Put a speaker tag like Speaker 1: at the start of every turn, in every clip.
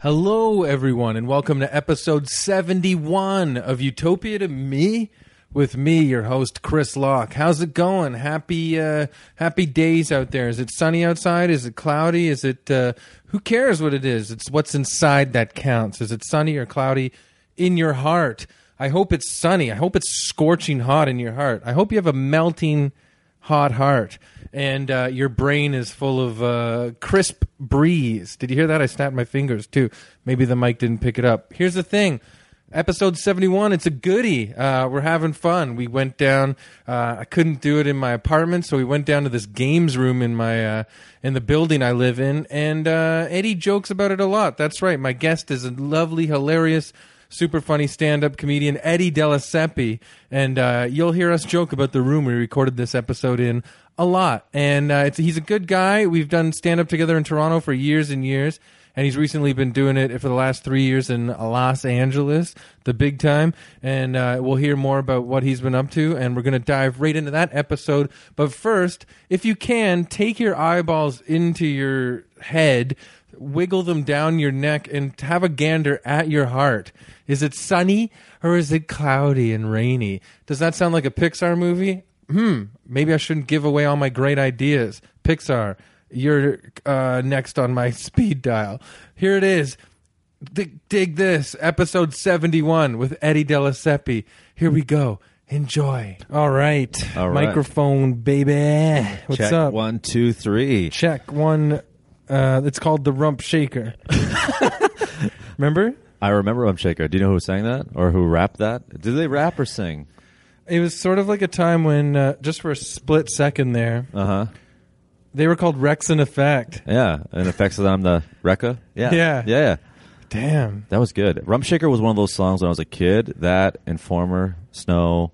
Speaker 1: Hello, everyone, and welcome to episode 71 of Utopia to Me with me, your host, Chris Locke. How's it going? Happy, uh, happy days out there. Is it sunny outside? Is it cloudy? Is it, uh, who cares what it is? It's what's inside that counts. Is it sunny or cloudy in your heart? I hope it's sunny. I hope it's scorching hot in your heart. I hope you have a melting, hot heart and uh, your brain is full of uh, crisp breeze did you hear that i snapped my fingers too maybe the mic didn't pick it up here's the thing episode 71 it's a goodie uh, we're having fun we went down uh, i couldn't do it in my apartment so we went down to this games room in my uh, in the building i live in and uh, eddie jokes about it a lot that's right my guest is a lovely hilarious super funny stand-up comedian Eddie Delaseppe, and uh, you'll hear us joke about the room we recorded this episode in a lot. And uh, it's, he's a good guy. We've done stand-up together in Toronto for years and years, and he's recently been doing it for the last three years in Los Angeles, the big time. And uh, we'll hear more about what he's been up to, and we're going to dive right into that episode. But first, if you can, take your eyeballs into your head wiggle them down your neck and have a gander at your heart. Is it sunny or is it cloudy and rainy? Does that sound like a Pixar movie? Hmm, maybe I shouldn't give away all my great ideas. Pixar, you're uh, next on my speed dial. Here it is. Dig, dig this, episode 71 with Eddie Delaseppe. Here we go. Enjoy. All right.
Speaker 2: All right.
Speaker 1: Microphone, baby. What's
Speaker 2: Check
Speaker 1: up?
Speaker 2: one, two, three.
Speaker 1: check one uh it's called the rump shaker remember
Speaker 2: I remember Rump Shaker. Do you know who sang that or who rapped that? Did they rap or sing?
Speaker 1: it was sort of like a time when uh, just for a split second there
Speaker 2: Uh huh.
Speaker 1: they were called rex and effect
Speaker 2: Yeah, and effects on the Rekka. Yeah.
Speaker 1: Yeah.
Speaker 2: yeah, yeah.
Speaker 1: damn
Speaker 2: That was good. Rump Shaker was one of those songs when I was a kid. That Informer, Snow,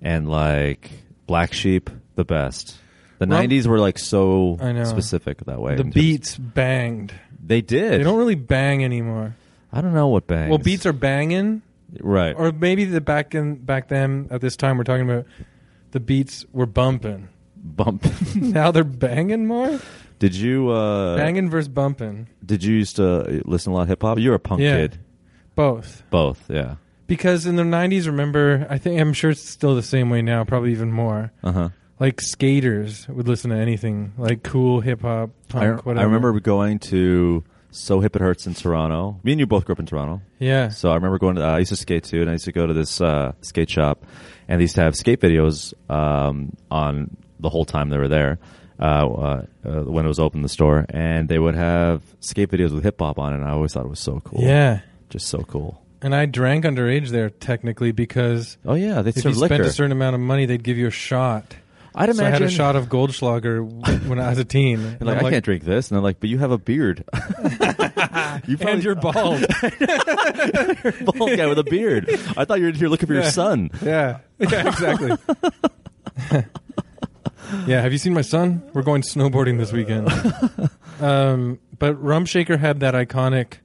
Speaker 2: and like Black Sheep, the best. The
Speaker 1: Rump-
Speaker 2: '90s were like so
Speaker 1: I know.
Speaker 2: specific that way.
Speaker 1: the
Speaker 2: in terms-
Speaker 1: beats banged
Speaker 2: they did.
Speaker 1: they don't really bang anymore
Speaker 2: I don't know what bangs.
Speaker 1: well beats are banging
Speaker 2: right.
Speaker 1: or maybe the back in back then at this time we're talking about the beats were bumping
Speaker 2: bump.
Speaker 1: now they're banging more
Speaker 2: did you Hmm. uh,
Speaker 1: banging versus bumping
Speaker 2: Did you used to listen to a lot of hip hop? You were a punk
Speaker 1: Yeah.
Speaker 2: kid.
Speaker 1: both
Speaker 2: Both. Yeah.
Speaker 1: because in the 90s remember i think i'm sure it's still the same way now probably even more
Speaker 2: Uh huh.
Speaker 1: like skaters would listen to anything like cool hip-hop punk
Speaker 2: I,
Speaker 1: whatever
Speaker 2: I remember going to So Hip It Hurts in Toronto. Me and you both grew up in Toronto.
Speaker 1: yeah
Speaker 2: So I remember going to, I used to skate too, and I used to go to this uh, skate shop, and they used to have skate videos um, on the whole time they were there. Uh, uh, uh, when it was open, the store, and they would have skate videos with hip hop on it. And I always thought it was so cool.
Speaker 1: yeah
Speaker 2: just so cool.
Speaker 1: and i drank underage there technically because
Speaker 2: Oh yeah, they
Speaker 1: if you
Speaker 2: served liquor.
Speaker 1: spent a certain amount of money they'd give you a shot
Speaker 2: I'd imagine.
Speaker 1: so i had a shot of goldschlager w- when i was a teen
Speaker 2: and like,
Speaker 1: I'm
Speaker 2: I can't drink this, and they're like, "But you have a beard. you
Speaker 1: and you're bald
Speaker 2: bald guy with a beard. I thought you were here looking for
Speaker 1: Yeah.
Speaker 2: your son."
Speaker 1: yeah yeah exactly yeah have you seen my son we're going snowboarding this weekend um, but Rumshaker had that iconic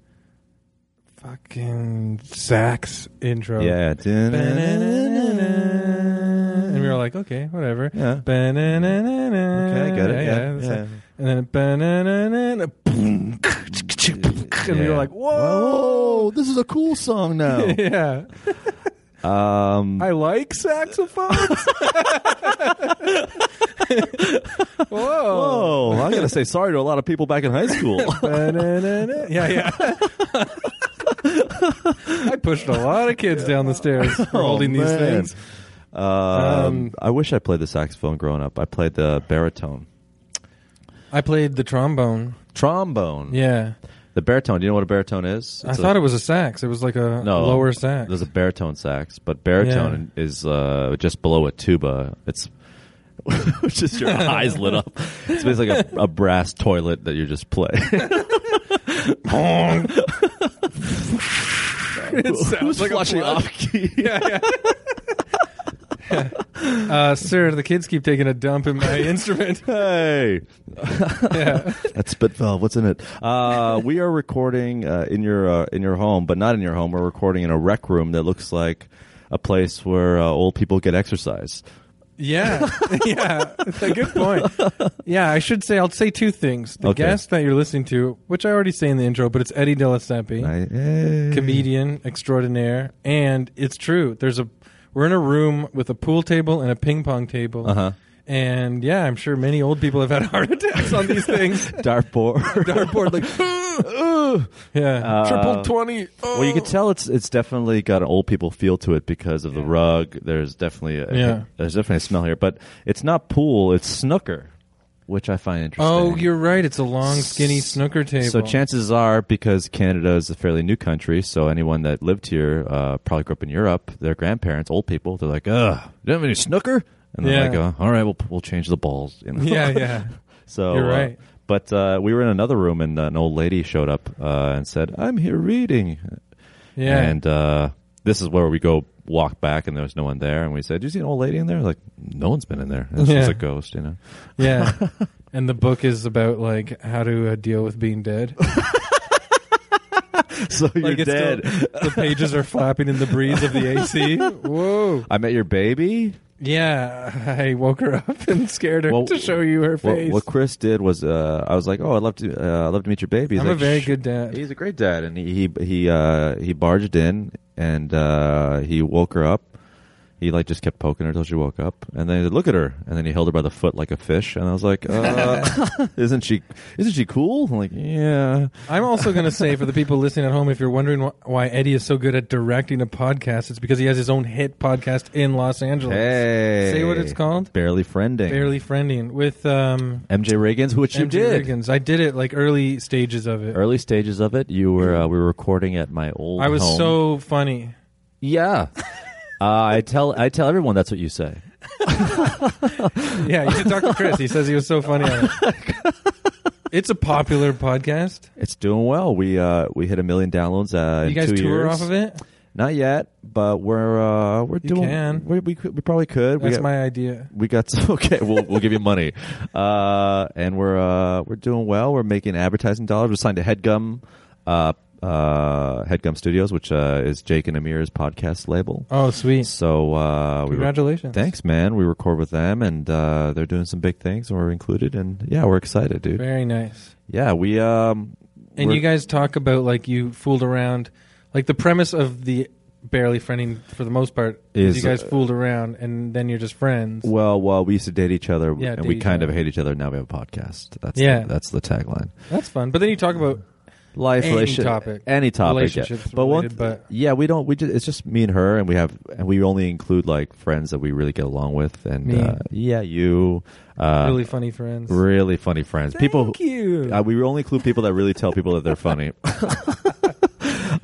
Speaker 1: fucking sax intro
Speaker 2: Yeah.
Speaker 1: Ba-na-na-na-na. and we were like okay whatever
Speaker 2: Yeah.
Speaker 1: Ba-na-na-na-na.
Speaker 2: Okay, I get it.
Speaker 1: yeah,
Speaker 2: Yeah,
Speaker 1: it's
Speaker 2: yeah.
Speaker 1: like- and then ba-na-na-na-na, boom, and we were
Speaker 2: Yeah.
Speaker 1: like whoa
Speaker 2: this is a cool song now.
Speaker 1: yeah
Speaker 2: um,
Speaker 1: I like saxophones. Whoa.
Speaker 2: oh, I gotta say sorry to a lot of people back in high school.
Speaker 1: Ba-na-na-na. Yeah, yeah. I pushed a lot of kids down the stairs for
Speaker 2: Oh,
Speaker 1: holding these
Speaker 2: man.
Speaker 1: things.
Speaker 2: Um,
Speaker 1: Um,
Speaker 2: I wish I played the saxophone growing up. I played the baritone,
Speaker 1: I played the trombone.
Speaker 2: trombone.
Speaker 1: Yeah.
Speaker 2: The baritone. Do you know what a baritone is?
Speaker 1: I thought it was a sax. It was like a
Speaker 2: No.
Speaker 1: lower sax.
Speaker 2: There's a baritone sax, but baritone is uh, just below a tuba. It's just your eyes lit up. It's basically like a, a brass toilet that you just play.
Speaker 1: it
Speaker 2: Who's
Speaker 1: sounds like a
Speaker 2: flushing
Speaker 1: plug.
Speaker 2: off key?
Speaker 1: Yeah, yeah. Uh, sir, the kids keep taking a dump in my instrument.
Speaker 2: Hey,
Speaker 1: Yeah.
Speaker 2: that's spit valve. What's in it? Uh, we are recording uh, in your uh, in your home, but not in your home. We're recording in a rec room that looks like a place where uh, old people get exercise.
Speaker 1: Yeah, yeah, it's a good point. Yeah, I should say I'll say two things. The
Speaker 2: Okay.
Speaker 1: guest that you're listening to, which I already say in the intro, but it's Eddie Delaseppe,
Speaker 2: I- hey.
Speaker 1: comedian extraordinaire, and it's true. There's a we're in a room with a pool table and a ping pong table,
Speaker 2: Uh-huh.
Speaker 1: and yeah, I'm sure many old people have had heart attacks on these things.
Speaker 2: dartboard.
Speaker 1: Dartboard, like, yeah,
Speaker 2: Uh,
Speaker 1: triple twenty. Oh.
Speaker 2: Well, you can tell it's it's definitely got an old people feel to it because of the rug. There's definitely a,
Speaker 1: Yeah.
Speaker 2: there's definitely a smell here, but it's not pool, it's snooker, which I find interesting.
Speaker 1: Oh, you're right. It's a long, skinny snooker table.
Speaker 2: So chances are, because Canada is a fairly new country, so anyone that lived here uh, probably grew up in Europe. Their grandparents, old people, they're like, "Ugh, you don't have any snooker," and they're
Speaker 1: Yeah.
Speaker 2: like, oh, "All right, we'll we'll change the balls." You know?
Speaker 1: yeah, yeah.
Speaker 2: So
Speaker 1: You're
Speaker 2: uh,
Speaker 1: right.
Speaker 2: but uh, we were in another room, and an old lady showed up uh, and said, "I'm here reading,"
Speaker 1: Yeah.
Speaker 2: and uh, this is where we go walk back, and there was no one there, and we said, "Do you see an old lady in there?" Like, no one's been in there. It's
Speaker 1: Yeah.
Speaker 2: just a ghost, you know.
Speaker 1: Yeah. and the book is about like how to uh, deal with being dead.
Speaker 2: So you're
Speaker 1: like it's
Speaker 2: dead.
Speaker 1: Still, the pages are flapping in the breeze of the AC. Whoa.
Speaker 2: I met your baby.
Speaker 1: Yeah, I woke her up and scared her
Speaker 2: Well,
Speaker 1: to show you her
Speaker 2: What,
Speaker 1: face.
Speaker 2: what Chris did was, uh, I was like, "Oh, I'd love to, uh, I'd love to meet your baby." He's
Speaker 1: I'm
Speaker 2: like,
Speaker 1: a very
Speaker 2: "Sh-
Speaker 1: good dad.
Speaker 2: He's a great dad, and he he he, uh, he barged in and uh, he woke her up. He like just kept poking her till she woke up, and then he said, "Look at her!" And then he held her by the foot like a fish, and I was like, uh, "Isn't she? Isn't she cool?" I'm like, "Yeah."
Speaker 1: I'm also going to say for the people listening at home, if you're wondering wh- why Eddie is so good at directing a podcast, it's because he has his own hit podcast in Los Angeles.
Speaker 2: Hey,
Speaker 1: Say what it's called?
Speaker 2: Barely friending.
Speaker 1: Barely friending with um,
Speaker 2: MJ Riggins, which you
Speaker 1: MJ
Speaker 2: did.
Speaker 1: Riggins. I did it like early stages of it.
Speaker 2: Early stages of it, you were uh, we were recording at my old.
Speaker 1: I was
Speaker 2: home.
Speaker 1: so funny.
Speaker 2: yeah. uh, I tell I tell everyone that's what you say.
Speaker 1: Yeah, you should talk to Chris. He says he was so funny. On it. it's a popular podcast.
Speaker 2: It's doing well. We uh, we hit a million downloads. Uh, in
Speaker 1: you guys
Speaker 2: two
Speaker 1: tour
Speaker 2: years.
Speaker 1: off of it?
Speaker 2: Not yet, but we're uh, we're
Speaker 1: You
Speaker 2: doing.
Speaker 1: can.
Speaker 2: We, we could- we probably could. we
Speaker 1: That's
Speaker 2: got,
Speaker 1: my idea.
Speaker 2: we got some, okay. We'll we'll give you money, uh, and we're uh, we're doing well. We're making advertising dollars. We're signed to Headgum, uh, uh, Headgum Studios, which uh, is Jake and Amir's podcast label.
Speaker 1: Oh, sweet.
Speaker 2: So uh, we were,
Speaker 1: Congratulations.
Speaker 2: thanks, man. We record with them, and uh, they're doing some big things, and we're included. And yeah, we're excited, dude.
Speaker 1: Very nice.
Speaker 2: Yeah, we um,
Speaker 1: And
Speaker 2: we're-
Speaker 1: you guys talk about like you fooled around. Like the premise of the barely friending for the most part is,
Speaker 2: Is,
Speaker 1: you guys
Speaker 2: uh,
Speaker 1: fooled around and then you're just friends.
Speaker 2: Well, well, we used to date each other,
Speaker 1: Yeah,
Speaker 2: and
Speaker 1: date
Speaker 2: we
Speaker 1: each
Speaker 2: kind
Speaker 1: other.
Speaker 2: of hate each other. Now we have a podcast. That's
Speaker 1: Yeah.
Speaker 2: the, that's the tagline.
Speaker 1: That's fun. But then you talk about
Speaker 2: Life,
Speaker 1: Any
Speaker 2: relation-
Speaker 1: topic.
Speaker 2: any topic, yeah.
Speaker 1: Relationships
Speaker 2: But one,
Speaker 1: related, but-
Speaker 2: yeah, we don't. We just it's just me and her, and we have, and we only include like friends that we really get along with, and
Speaker 1: Me.
Speaker 2: Uh, yeah, you, uh,
Speaker 1: really funny friends.
Speaker 2: really funny friends, people. who-
Speaker 1: Thank you.
Speaker 2: uh, we only include people that really tell people that they're funny.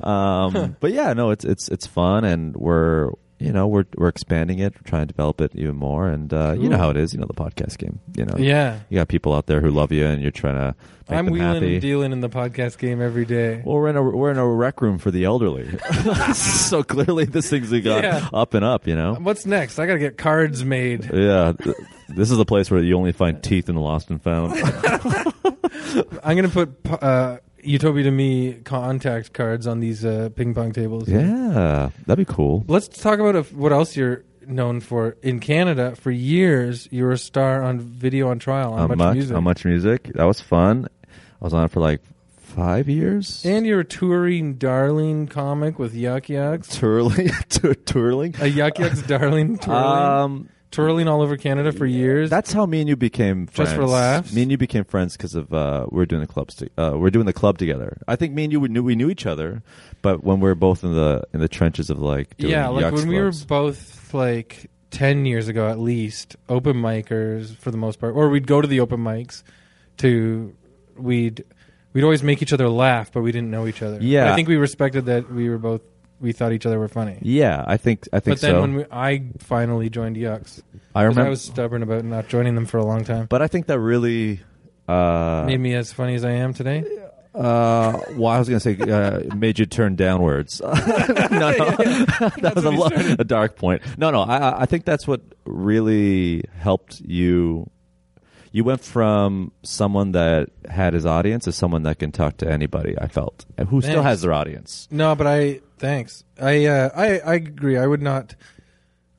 Speaker 2: um, but yeah, no, it's it's it's fun, and we're you know we're we're expanding it, trying to develop it even more, and uh, you know
Speaker 1: Cool.
Speaker 2: how it is, you know the podcast game, you know,
Speaker 1: yeah.
Speaker 2: you got people out there who love you, and you're trying to make
Speaker 1: I'm
Speaker 2: them
Speaker 1: wheeling
Speaker 2: happy.
Speaker 1: and dealing in the podcast game every day.
Speaker 2: well, we're in a we're in a rec room for the elderly, so clearly this thing's got
Speaker 1: Yeah.
Speaker 2: up and up, you know.
Speaker 1: What's next? I got to get cards made.
Speaker 2: Yeah, th- this is a place where you only find teeth in the lost and found.
Speaker 1: I'm gonna put uh, Utopia to me contact cards on these uh, ping pong tables.
Speaker 2: yeah, that'd be cool.
Speaker 1: Let's talk about if, what else you're known for in Canada. For years, you were a star on Video on Trial on Much, Music,
Speaker 2: on much music. That was fun. I was on it for like five years.
Speaker 1: and you're a touring darling comic with Yuck Yucks,
Speaker 2: twirling, Tur- twirling.
Speaker 1: a Yuck Yucks darling twirling,
Speaker 2: Um,
Speaker 1: twirling all over Canada for years.
Speaker 2: that's how me and you became friends.
Speaker 1: Just for laughs?
Speaker 2: Me and you became friends because of uh, we were doing the clubs. To, uh, we we're doing the club together. I think me and you we knew we knew each other, but when we were both in the in the trenches of like doing
Speaker 1: yeah, like
Speaker 2: yucks
Speaker 1: when we were
Speaker 2: clubs.
Speaker 1: both like. 10 years ago at least open micers for the most part or we'd go to the open mics to we'd we'd always make each other laugh but we didn't know each other
Speaker 2: Yeah.
Speaker 1: i think we respected that we were both we thought each other were funny
Speaker 2: Yeah, I think I think
Speaker 1: but then
Speaker 2: so.
Speaker 1: when we, I finally joined Yucks,
Speaker 2: I
Speaker 1: 'cause
Speaker 2: remember,
Speaker 1: I was stubborn about not joining them for a long time.
Speaker 2: but I think that really. Uh,
Speaker 1: Made me as funny as I am today.
Speaker 2: Uh, well, I was gonna say uh, made you turn downwards. no, no, that was a, lo- a dark point. No, no, I, I- I think that's what really helped you. you went from someone that had his audience to someone that can talk to anybody. I felt and who still
Speaker 1: Thanks.
Speaker 2: has their audience.
Speaker 1: No, but I thanks. I uh, I I agree. I would not.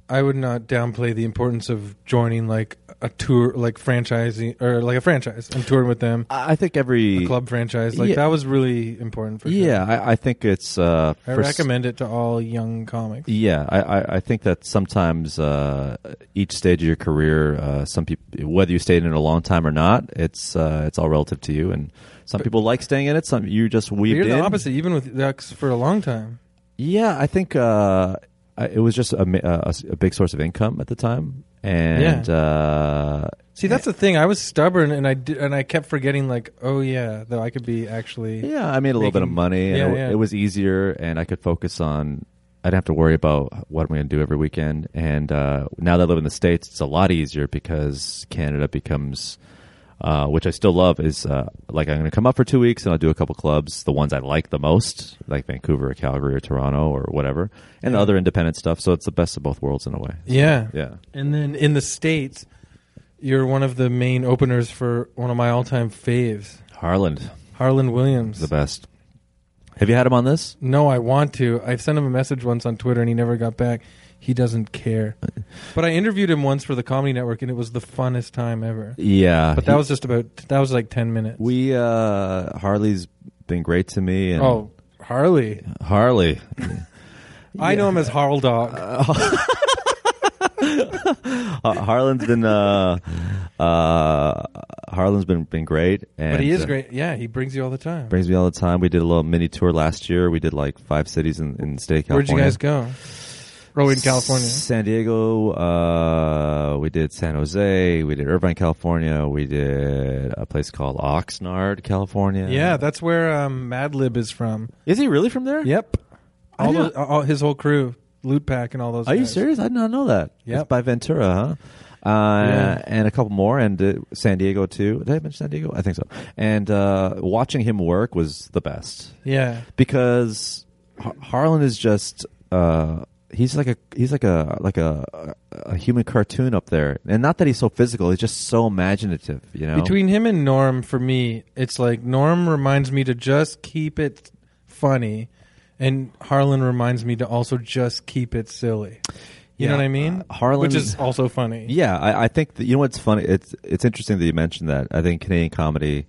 Speaker 1: I would not downplay the importance of joining like a tour, like franchising or like a franchise and touring with them,
Speaker 2: I I think every
Speaker 1: a club franchise. Like
Speaker 2: Yeah.
Speaker 1: that was really important for. Sure.
Speaker 2: yeah, I, I think it's uh,
Speaker 1: I
Speaker 2: for s-
Speaker 1: recommend it to all young comics.
Speaker 2: Yeah, I, I, I think that sometimes uh, each stage of your career, uh, some people, whether you stayed in it a long time or not, it's uh, it's all relative to you. And some people like staying in it. Some you just weaved
Speaker 1: You're the
Speaker 2: in.
Speaker 1: opposite, even with Ducks for a long time.
Speaker 2: Yeah, I think uh, I- it was just a, ma- a, a big source of income at the time, and uh,
Speaker 1: See, that's the thing. I was stubborn, and I did, and I kept forgetting. Like, oh yeah, though I could be actually.
Speaker 2: yeah, I made a little bit of
Speaker 1: Making-
Speaker 2: money, and
Speaker 1: yeah,
Speaker 2: it,
Speaker 1: yeah.
Speaker 2: it was easier, and I could focus on. I didn't have to worry about what I'm going to do every weekend, and uh, now that I live in the states, it's a lot easier because Canada becomes. Uh, which I still love is uh, like I'm going to come up for two weeks and I'll do a couple clubs, the ones I like the most, like Vancouver or Calgary or Toronto or whatever, and
Speaker 1: Yeah.
Speaker 2: other independent stuff. So it's the best of both worlds in a way.
Speaker 1: Yeah.
Speaker 2: Yeah.
Speaker 1: And then in the states, you're one of the main openers for one of my all-time faves,
Speaker 2: Harland,
Speaker 1: Harlan Williams.
Speaker 2: the best. Have you had him on this?
Speaker 1: No, I want to. I sent him a message once on Twitter and he never got back. He doesn't care. But I interviewed him once for the Comedy Network and it was the funnest time ever.
Speaker 2: Yeah,
Speaker 1: But that was just about that was like 10 minutes.
Speaker 2: we. Uh, Harley's been great to me, and
Speaker 1: Oh, Harley.
Speaker 2: Harley,
Speaker 1: I know him as Harl Dog.
Speaker 2: uh, Harlan's been uh, uh, Harlan's been been great, and,
Speaker 1: But he is
Speaker 2: uh,
Speaker 1: great. Yeah, he brings you all the time.
Speaker 2: Brings me all the time. We did a little mini tour last year. We did like five cities in, in the state of
Speaker 1: Where'd
Speaker 2: California.
Speaker 1: you guys go? Oh, in California.
Speaker 2: San Diego. Uh, we did San Jose. We did Irvine, California. We did a place called Oxnard, California.
Speaker 1: Yeah, that's where um, Madlib is from.
Speaker 2: is he really from there?
Speaker 1: Yep.
Speaker 2: I
Speaker 1: All,
Speaker 2: didn't-
Speaker 1: those, all his whole crew, Loot Pack, and all those.
Speaker 2: Are you
Speaker 1: guys.
Speaker 2: serious? I did not know that.
Speaker 1: Yep.
Speaker 2: It's by Ventura, huh? Uh,
Speaker 1: Yeah.
Speaker 2: And a couple more, and uh, San Diego too. Did I mention San Diego? I think so. And uh, watching him work was the best
Speaker 1: Yeah.
Speaker 2: because Har- Harlan is just uh, he's like a he's like a like a, a human cartoon up there, and not that he's so physical. He's just so imaginative, you know.
Speaker 1: Between him and Norm, for me, it's like Norm reminds me to just keep it funny, and Harlan reminds me to also just keep it silly. You
Speaker 2: Yeah,
Speaker 1: know what I mean?
Speaker 2: uh, Harlan-
Speaker 1: which is also funny.
Speaker 2: Yeah, I, I think that, you know what's funny. It's it's interesting that you mentioned that. I think Canadian comedy,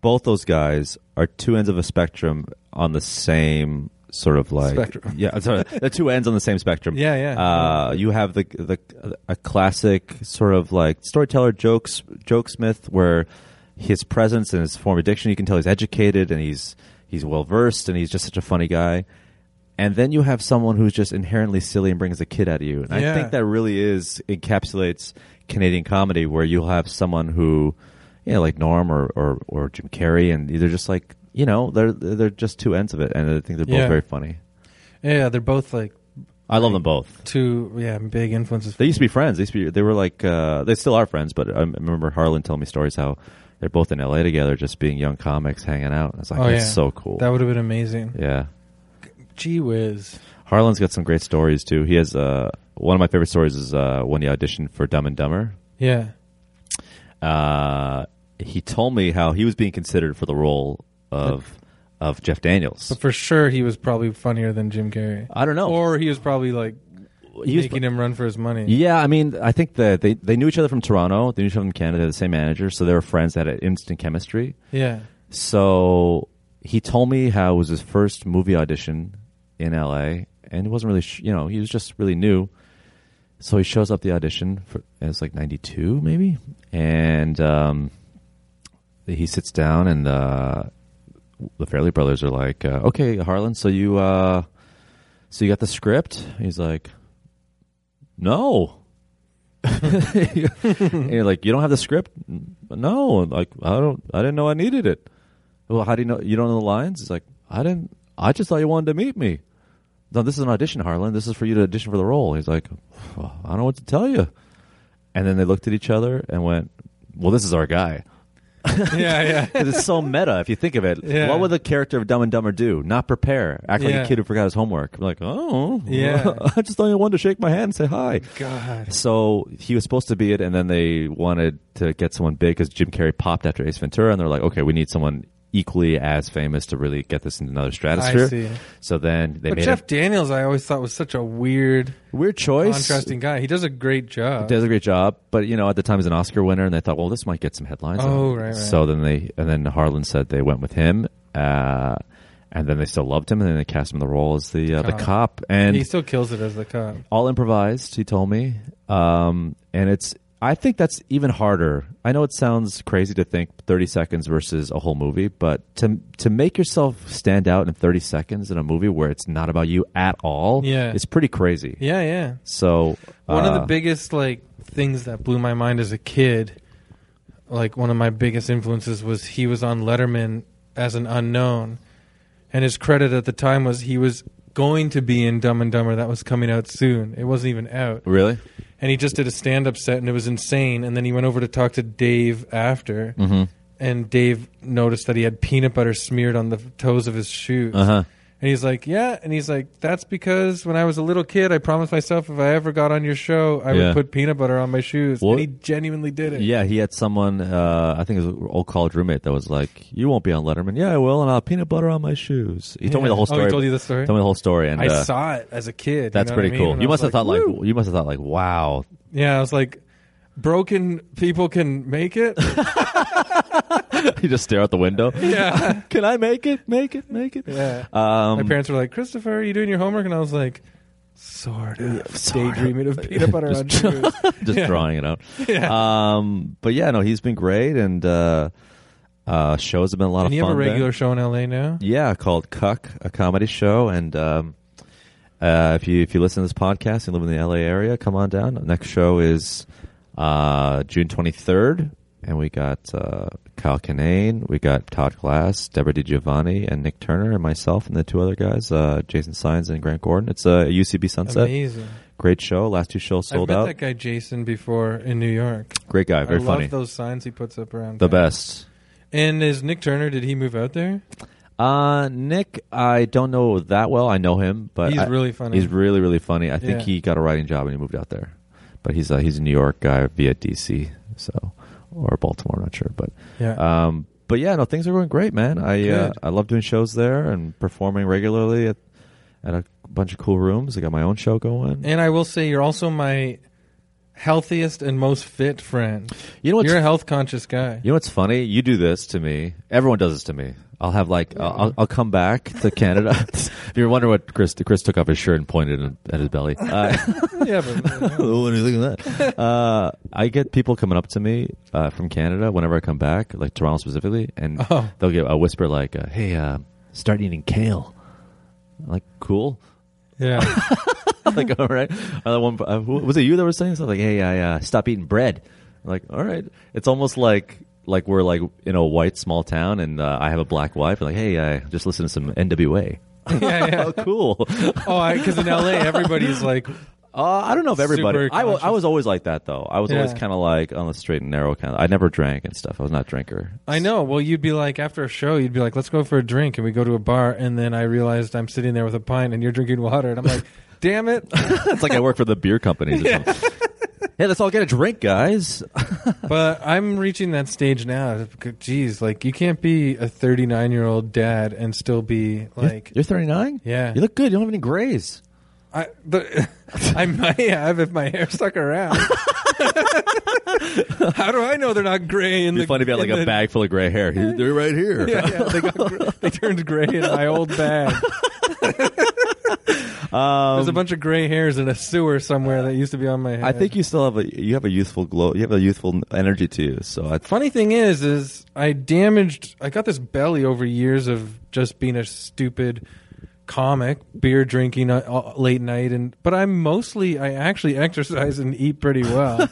Speaker 2: both those guys are two ends of a spectrum on the same sort of like
Speaker 1: Spectrum.
Speaker 2: Yeah, sorry, the two ends on the same spectrum.
Speaker 1: Yeah, yeah.
Speaker 2: Uh, you have the the a classic sort of like storyteller jokes jokesmith where his presence and his form of diction you can tell he's educated and he's he's well versed and he's just such a funny guy. And then you have someone who's just inherently silly and brings a kid out of you. And I
Speaker 1: Yeah.
Speaker 2: think that really is encapsulates Canadian comedy, where you'll have someone who, you know, like Norm or or, or Jim Carrey, and they're just like, you know, they're they're just two ends of it, and I think they're both
Speaker 1: Yeah.
Speaker 2: very funny.
Speaker 1: yeah, they're both like
Speaker 2: I love them both.
Speaker 1: two, yeah, big influences.
Speaker 2: They used to be friends. They used to be, they were like uh, they still are friends, but I remember Harlan telling me stories how they're both in L.A. together, just being young comics hanging out. I was like,
Speaker 1: Oh,
Speaker 2: that's
Speaker 1: yeah.
Speaker 2: so cool.
Speaker 1: That would have been amazing.
Speaker 2: yeah.
Speaker 1: Gee whiz!
Speaker 2: Harlan's got some great stories too. He has uh, one of my favorite stories is uh, when he auditioned for Dumb and Dumber.
Speaker 1: Yeah,
Speaker 2: Uh, he told me how he was being considered for the role of of Jeff Daniels.
Speaker 1: but for sure he was probably funnier than Jim Carrey,
Speaker 2: I don't know.
Speaker 1: or he was probably like
Speaker 2: Uh, He was-
Speaker 1: making him run for his money.
Speaker 2: yeah, I mean, I think that they, they knew each other from Toronto. They knew each other from Canada. They had the same manager, so they were friends. They had an instant chemistry.
Speaker 1: yeah.
Speaker 2: So he told me how it was his first movie audition in LA, and he wasn't really, sh- you know, he was just really new. So he shows up the audition for and it's like '92 maybe, and um, he sits down, and uh, the Fairley Brothers are like, uh, "Okay, Harlan, so you, uh, so you got the script?" He's like, "No." And you're like, "You don't have the script?" No, like I don't, I didn't know I needed it. Well, how do you know you don't know the lines? It's like I didn't. I just thought you wanted to meet me. No, this is an audition, Harlan. This is for you to audition for the role. He's like, "Well, I don't know what to tell you. And then they looked at each other and went, "Well, this is our guy."
Speaker 1: yeah, yeah.
Speaker 2: 'Cause it's so meta if you think of it.
Speaker 1: Yeah.
Speaker 2: What would the character of Dumb and Dumber do? Not prepare. Act like
Speaker 1: Yeah.
Speaker 2: a kid who forgot his homework. Like, oh,
Speaker 1: Yeah.
Speaker 2: I just only wanted to shake my hand and say hi.
Speaker 1: God.
Speaker 2: So he was supposed to be it, and then they wanted to get someone big because Jim Carrey popped after Ace Ventura, and they're like, okay, we need someone equally as famous to really get this in another stratosphere.
Speaker 1: see.
Speaker 2: So then they
Speaker 1: But
Speaker 2: made
Speaker 1: Jeff
Speaker 2: a
Speaker 1: Daniels, I always thought was such a weird,
Speaker 2: weird choice.
Speaker 1: contrasting guy. He does a great job.
Speaker 2: does a great job, but you know, at the time he's an Oscar winner, and they thought, well, this might get some headlines.
Speaker 1: Oh,
Speaker 2: And
Speaker 1: right, right.
Speaker 2: So then they, and then Harlan said they went with him, uh, and then they still loved him, and then they cast him in the role as the uh, the
Speaker 1: Cop.
Speaker 2: cop, and
Speaker 1: he still kills it as the cop.
Speaker 2: all improvised. He told me, um, and it's. I think that's even harder. I know it sounds crazy to think 30 seconds versus a whole movie, but to to make yourself stand out in 30 seconds in a movie where it's not about you at all,
Speaker 1: Yeah.
Speaker 2: it's pretty crazy.
Speaker 1: Yeah, yeah.
Speaker 2: So
Speaker 1: One of
Speaker 2: uh,
Speaker 1: the biggest like things that blew my mind as a kid, like one of my biggest influences was he was on Letterman as an unknown, and his credit at the time was he was going to be in Dumb and Dumber that was coming out soon. It wasn't even out,
Speaker 2: really,
Speaker 1: and he just did a stand-up set, and it was insane. And then he went over to talk to Dave after,
Speaker 2: hmm
Speaker 1: and Dave noticed that he had peanut butter smeared on the toes of his shoes.
Speaker 2: uh huh.
Speaker 1: And he's like, yeah. And he's like, that's because when I was a little kid, I promised myself if I ever got on your show, I
Speaker 2: Yeah.
Speaker 1: would put peanut butter on my shoes.
Speaker 2: Well-
Speaker 1: and he genuinely did it.
Speaker 2: Yeah, he had someone. Uh, I think it was an old college roommate that was like, "You won't be on Letterman." Yeah, I will, and I'll have peanut butter on my shoes. He told me the whole story.
Speaker 1: Oh, he told you the story.
Speaker 2: told me the whole story, and
Speaker 1: I
Speaker 2: uh,
Speaker 1: saw it as a kid.
Speaker 2: that's
Speaker 1: you know what I
Speaker 2: pretty
Speaker 1: mean?
Speaker 2: cool.
Speaker 1: And
Speaker 2: You
Speaker 1: I was
Speaker 2: must have thought like,
Speaker 1: "Woo."
Speaker 2: you must have thought like, wow,
Speaker 1: yeah. I was like, broken people can make it.
Speaker 2: you just stare out the window.
Speaker 1: yeah,
Speaker 2: Can I make it? Make it? Make it?
Speaker 1: yeah.
Speaker 2: Um,
Speaker 1: my parents were like, Christopher, are you doing your homework? And I was like, sort of.
Speaker 2: sort of.
Speaker 1: daydreaming of peanut butter on
Speaker 2: Just-
Speaker 1: shoes.
Speaker 2: just
Speaker 1: Yeah.
Speaker 2: drawing it out.
Speaker 1: yeah.
Speaker 2: Um, but yeah, no, he's been great, and uh, uh, shows have been a lot
Speaker 1: and
Speaker 2: of
Speaker 1: you
Speaker 2: fun.
Speaker 1: have a
Speaker 2: there.
Speaker 1: regular show in LA now.
Speaker 2: Yeah, called Cuck, a comedy show, and um, uh, if you if you listen to this podcast and live in the LA area, come on down. Next show is uh, June twenty third, and we got uh, Kyle Kinane, we got Todd Glass, Deborah DiGiovanni, and Nick Turner, and myself, and the two other guys, uh, Jason Sines and Grant Gordon. It's a uh, UCB Sunset,
Speaker 1: Amazing.
Speaker 2: great show. Last two shows sold
Speaker 1: I've met
Speaker 2: out.
Speaker 1: that guy Jason before in New York.
Speaker 2: Great guy, very
Speaker 1: I
Speaker 2: funny,
Speaker 1: love those signs he puts up around.
Speaker 2: the
Speaker 1: town.
Speaker 2: best.
Speaker 1: And is Nick Turner? Did he move out there?
Speaker 2: Uh, Nick, I don't know that well. I know him, but
Speaker 1: he's
Speaker 2: I-
Speaker 1: really funny.
Speaker 2: He's really really funny. I think
Speaker 1: Yeah.
Speaker 2: he got a writing job and he moved out there, but he's a, he's a New York guy via DC, so or Baltimore, I'm not sure. But
Speaker 1: yeah.
Speaker 2: um, but yeah, no, things are going great, man. I uh,
Speaker 1: Good.
Speaker 2: I love doing shows there and performing regularly at at a bunch of cool rooms. I got my own show going.
Speaker 1: and I will say, you're also my healthiest and most fit friend.
Speaker 2: you know what's
Speaker 1: You're a health conscious guy.
Speaker 2: you know what's funny? You do this to me. Everyone does this to me. I'll have like uh, I'll, I'll- I'll come back to Canada. if you're wondering what Chris Chris took off his shirt and pointed at his belly. Uh,
Speaker 1: yeah, but
Speaker 2: what do you think of that? Uh, I get people coming up to me uh, from Canada whenever I come back, like Toronto specifically, and
Speaker 1: Oh.
Speaker 2: they'll get a whisper like, uh, "Hey, uh, start eating kale." I'm like, cool.
Speaker 1: yeah,
Speaker 2: like, all right. Uh, one, uh, who- was it you that was saying something? Like, hey, I uh, stop eating bread. I'm like, all right. It's almost like like we're like in a white small town, and uh, I have a black wife. and like, hey, I just listen to some NWA.
Speaker 1: yeah, yeah.
Speaker 2: oh, cool.
Speaker 1: Oh, because in LA, everybody's like,
Speaker 2: Uh, I don't know if everybody.
Speaker 1: Super
Speaker 2: I wa- I
Speaker 1: conscious.
Speaker 2: was always like that though. I was always
Speaker 1: Yeah.
Speaker 2: kind of like on the straight and narrow kind. of I never drank and stuff. I was not a drinker.
Speaker 1: I know. Well, you'd be like, after a show, you'd be like, let's go for a drink, and we go to a bar, and then I realized I'm sitting there with a pint, and you're drinking water, and I'm like, damn it.
Speaker 2: it's like I work for the beer companies. Or something. hey, let's all get a drink, guys.
Speaker 1: But I'm reaching that stage now. Geez, like you can't be a 39 year old dad and still be like,
Speaker 2: You're 39.
Speaker 1: yeah.
Speaker 2: You look good. You don't have any grays.
Speaker 1: I, the, I might have if my hair stuck around. How do I know they're not gray? In
Speaker 2: It'd be
Speaker 1: the,
Speaker 2: funny if you had like
Speaker 1: in
Speaker 2: a
Speaker 1: the-
Speaker 2: bag full of gray hair. They're right here.
Speaker 1: Yeah, yeah, they, got gr- they turned gray in my old bag.
Speaker 2: Uh,
Speaker 1: There's a bunch of gray hairs in a sewer somewhere that used to be on my head.
Speaker 2: Um, I think you still have a you have a youthful glow. You have a youthful energy to you. So I,
Speaker 1: Funny thing is, is I damaged. I got this belly over years of just being a stupid comic, beer drinking uh, uh, late night, and but I'm mostly I actually exercise and eat pretty well.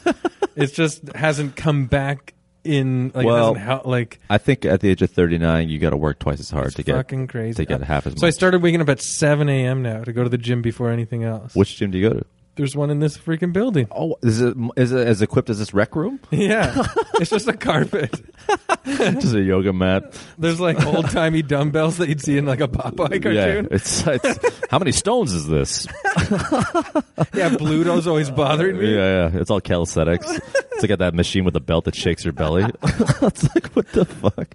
Speaker 1: it just hasn't come back in like
Speaker 2: Well,
Speaker 1: it hasn't hel- like
Speaker 2: I think at the age of 39, you got to work twice as hard
Speaker 1: it's
Speaker 2: to get
Speaker 1: fucking crazy.
Speaker 2: to get half as
Speaker 1: so I
Speaker 2: much.
Speaker 1: started waking up at 7 a.m. now to go to the gym before anything else.
Speaker 2: Which gym do you go to?
Speaker 1: There's one in this freaking building.
Speaker 2: Oh, is it is it as equipped as this rec room?
Speaker 1: Yeah, it's just a carpet.
Speaker 2: Just a yoga mat.
Speaker 1: There's like old timey dumbbells that you'd see in like a Popeye cartoon.
Speaker 2: Yeah, it's, it's how many stones is this?
Speaker 1: Yeah, Bluto's always bothering me.
Speaker 2: Yeah, yeah. It's all calisthenics. it's like at that machine with the belt that shakes your belly. it's like what the fuck?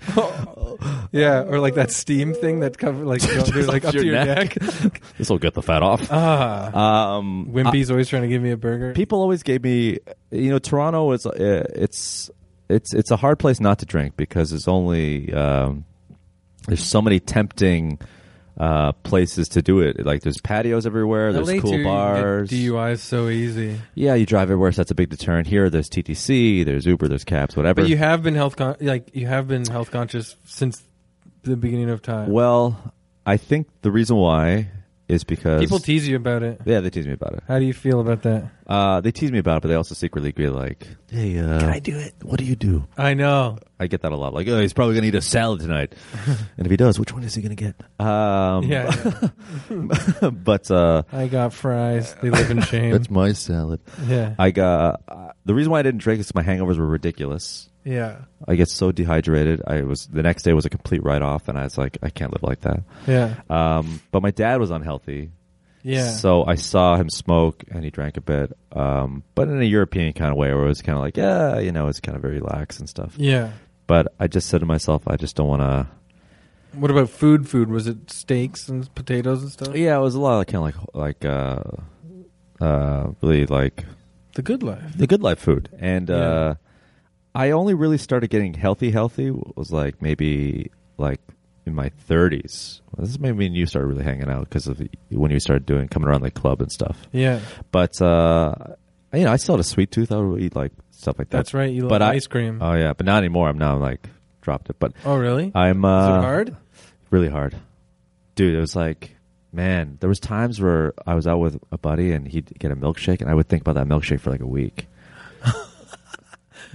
Speaker 1: Yeah, or like that steam thing that cover like you know, they're, like up to your neck.
Speaker 2: this will get the fat off.
Speaker 1: Ah,
Speaker 2: Um,
Speaker 1: Wimpy's always trying to give me a burger.
Speaker 2: people always gave me, you know, Toronto is uh, it's it's it's a hard place not to drink because there's only um, there's so many tempting uh, places to do it. Like there's patios everywhere. There's
Speaker 1: LA too,
Speaker 2: cool
Speaker 1: you
Speaker 2: bars.
Speaker 1: Get DUIs so easy.
Speaker 2: Yeah, you drive everywhere, so that's a big deterrent. Here, there's TTC, there's Uber, there's cabs, whatever.
Speaker 1: But you have been health con- like you have been health conscious since the beginning of time.
Speaker 2: well, I think the reason why is because
Speaker 1: People tease you about it.
Speaker 2: yeah, they tease me about it.
Speaker 1: How do you feel about that?
Speaker 2: Uh, they tease me about it, but they also secretly agree. Like, hey, uh, can I do it? What do you do?
Speaker 1: I know.
Speaker 2: I get that a lot. Like, oh, he's probably gonna eat a salad tonight, and if he does, which one is he gonna get? Um,
Speaker 1: Yeah, yeah.
Speaker 2: but uh,
Speaker 1: I got fries. They live in shame.
Speaker 2: that's my salad.
Speaker 1: Yeah,
Speaker 2: I got uh, the reason why I didn't drink is 'cause my hangovers were ridiculous.
Speaker 1: yeah,
Speaker 2: I get so dehydrated. I was the next day was a complete write off, and I was like, I can't live like that.
Speaker 1: yeah,
Speaker 2: Um, but my dad was unhealthy,
Speaker 1: yeah.
Speaker 2: so I saw him smoke and he drank a bit, um, but in a European kind of way, where it was kind of like, yeah, you know, it's kind of very lax and stuff.
Speaker 1: yeah.
Speaker 2: But I just said to myself, I just don't want to.
Speaker 1: What about food? Food was it steaks and potatoes and stuff?
Speaker 2: Yeah, it was a lot of kind of like like uh, uh, really like
Speaker 1: The good life.
Speaker 2: the good life food, and
Speaker 1: Yeah.
Speaker 2: uh, I only really started getting healthy. Healthy was like maybe like in my 30s. This is maybe when you started really hanging out because of when you started doing coming around the club and stuff.
Speaker 1: Yeah,
Speaker 2: But uh, you know, I still had a sweet tooth. I would eat like stuff like that.
Speaker 1: that's right. You love
Speaker 2: But I-
Speaker 1: ice cream.
Speaker 2: Oh yeah, but not anymore. I'm now like dropped it. But
Speaker 1: oh, really?
Speaker 2: I'm uh,
Speaker 1: Is it hard?
Speaker 2: Really hard, dude. It was like. Man, there was times where I was out with a buddy and he'd get a milkshake, and I would think about that milkshake for like a week,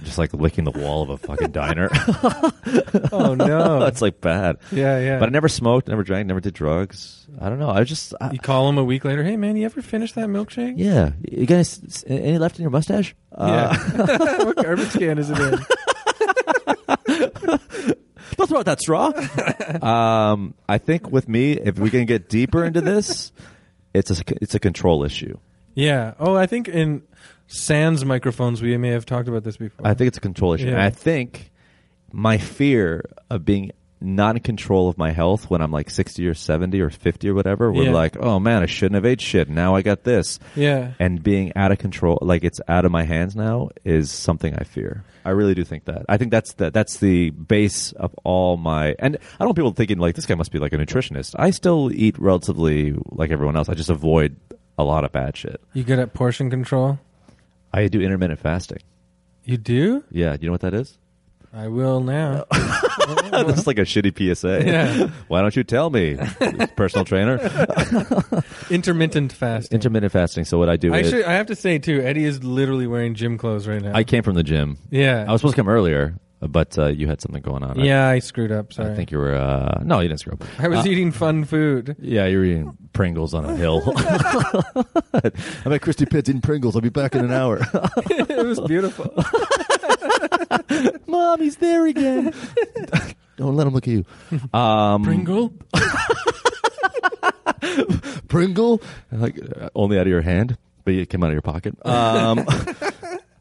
Speaker 2: just like licking the wall of a fucking diner.
Speaker 1: Oh no.
Speaker 2: That's like bad.
Speaker 1: yeah, yeah.
Speaker 2: But I never smoked, never drank, never did drugs. I don't know. I just, I,
Speaker 1: you call him a week later. Hey man, you ever finish that milkshake?
Speaker 2: uh, yeah. You guys, any left in your mustache? Uh,
Speaker 1: Yeah. what garbage can is it in?
Speaker 2: Don't throw out that straw. um, I think with me, if we can get deeper into this, it's a it's a control issue.
Speaker 1: Yeah. Oh, I think in Sans microphones we may have talked about this before.
Speaker 2: I think it's a control issue. And
Speaker 1: Yeah.
Speaker 2: I think my fear of being not in control of my health when I'm like 60 or 70 or 50 or whatever, we're
Speaker 1: Yeah.
Speaker 2: like, oh man, I shouldn't have ate shit. Now I got this.
Speaker 1: yeah.
Speaker 2: And being out of control, like it's out of my hands now, is something I fear. I really do think that. I think that's the, that's the base of all my. And I don't want people thinking like this guy must be like a nutritionist. I still eat relatively like everyone else. I just avoid a lot of bad shit.
Speaker 1: You good at portion control?
Speaker 2: I do intermittent fasting.
Speaker 1: You do?
Speaker 2: Yeah, you know what that is?
Speaker 1: I will now.
Speaker 2: That's like a shitty PSA.
Speaker 1: Yeah.
Speaker 2: Why don't you tell me, personal trainer?
Speaker 1: Intermittent fasting.
Speaker 2: Intermittent fasting. So what I do
Speaker 1: I
Speaker 2: is
Speaker 1: should I have to say too, Eddie is literally wearing gym clothes right now.
Speaker 2: I came from the gym.
Speaker 1: yeah.
Speaker 2: I was supposed to come earlier, but uh, you had something going on. I-
Speaker 1: yeah, I screwed up,
Speaker 2: I,
Speaker 1: sorry.
Speaker 2: think you were. Uh, no, you didn't screw up.
Speaker 1: I was
Speaker 2: Uh,
Speaker 1: eating fun food.
Speaker 2: yeah, you were eating Pringles on a hill. I'm at Christy Pitts eating Pringles. I'll be back in an hour.
Speaker 1: it was beautiful.
Speaker 2: Mom, he's there again. Don't let him look at you. Um,
Speaker 1: Pringle?
Speaker 2: Pringle, like uh, only out of your hand, but it came out of your pocket. Um,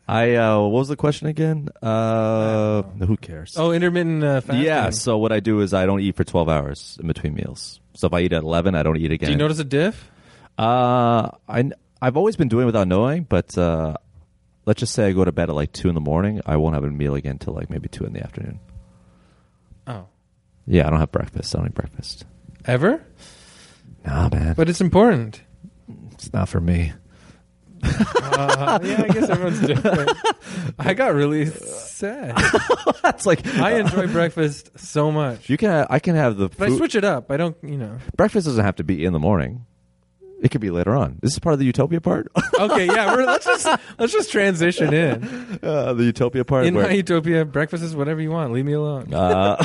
Speaker 2: I uh, what was the question again? Uh, who cares?
Speaker 1: Oh, intermittent uh, fasting.
Speaker 2: yeah. So what I do is I don't eat for twelve hours in between meals. So if I eat at eleven, I don't eat again.
Speaker 1: Do you notice a diff?
Speaker 2: Uh, I I've always been doing it without knowing, but uh, let's just say I go to bed at like two in the morning. I won't have a meal again till like maybe two in the afternoon.
Speaker 1: Oh.
Speaker 2: Yeah, I don't have breakfast. I don't eat breakfast.
Speaker 1: Ever?
Speaker 2: Nah, man,
Speaker 1: But it's important.
Speaker 2: it's not for me.
Speaker 1: Uh, yeah, I guess everyone's different. I got really sad.
Speaker 2: That's like
Speaker 1: I enjoy breakfast so much.
Speaker 2: you can. I can have the.
Speaker 1: But I
Speaker 2: food-
Speaker 1: switch it up. I don't, you know.
Speaker 2: breakfast doesn't have to be in the morning. It could be later on. This is part of the utopia part.
Speaker 1: Okay, yeah, we're, let's just let's just transition in.
Speaker 2: uh, the utopia part.
Speaker 1: In
Speaker 2: where-
Speaker 1: my utopia, breakfast is whatever you want. Leave me alone.
Speaker 2: uh,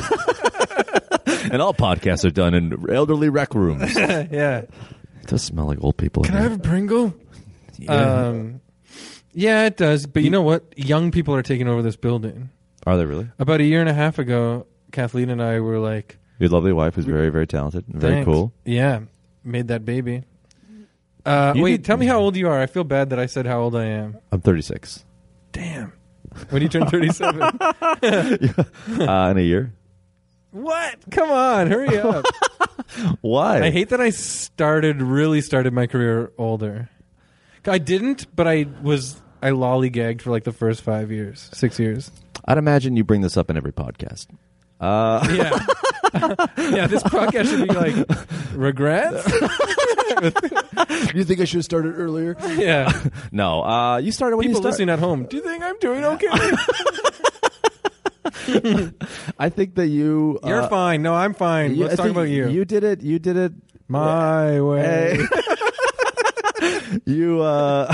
Speaker 2: and all podcasts are done in elderly rec rooms.
Speaker 1: yeah.
Speaker 2: it does smell like old people. in
Speaker 1: Can I
Speaker 2: there.
Speaker 1: have a Pringle? Yeah. Um, yeah, it does. But you know what? Young people are taking over this building.
Speaker 2: Are they really?
Speaker 1: About a year and a half ago, Kathleen and I were like,
Speaker 2: Your lovely wife who's very, very talented, and very
Speaker 1: Thanks.
Speaker 2: cool.
Speaker 1: Yeah, made that baby. Uh,
Speaker 2: You
Speaker 1: wait,
Speaker 2: did-
Speaker 1: tell me how old you are. I feel bad that I said how old I am.
Speaker 2: I'm 36.
Speaker 1: Damn. When you turn 37.
Speaker 2: uh, in a year.
Speaker 1: what? Come on, hurry up.
Speaker 2: Why?
Speaker 1: I hate that I started, really started my career older. I didn't, but I was, I lollygagged for like the first five years, six years.
Speaker 2: I'd imagine you bring this up in every podcast. Uh,
Speaker 1: Yeah. yeah, this podcast should be like, regrets?
Speaker 2: you think I should have started earlier?
Speaker 1: Yeah.
Speaker 2: No. Uh, you started when
Speaker 1: People
Speaker 2: you started.
Speaker 1: listening at home, do you think I'm doing okay?
Speaker 2: I think that you.
Speaker 1: You're
Speaker 2: uh,
Speaker 1: fine. No, I'm fine.
Speaker 2: you- I
Speaker 1: Let's talk
Speaker 2: think
Speaker 1: about you.
Speaker 2: You did it. You did it.
Speaker 1: My way.
Speaker 2: you. Uh,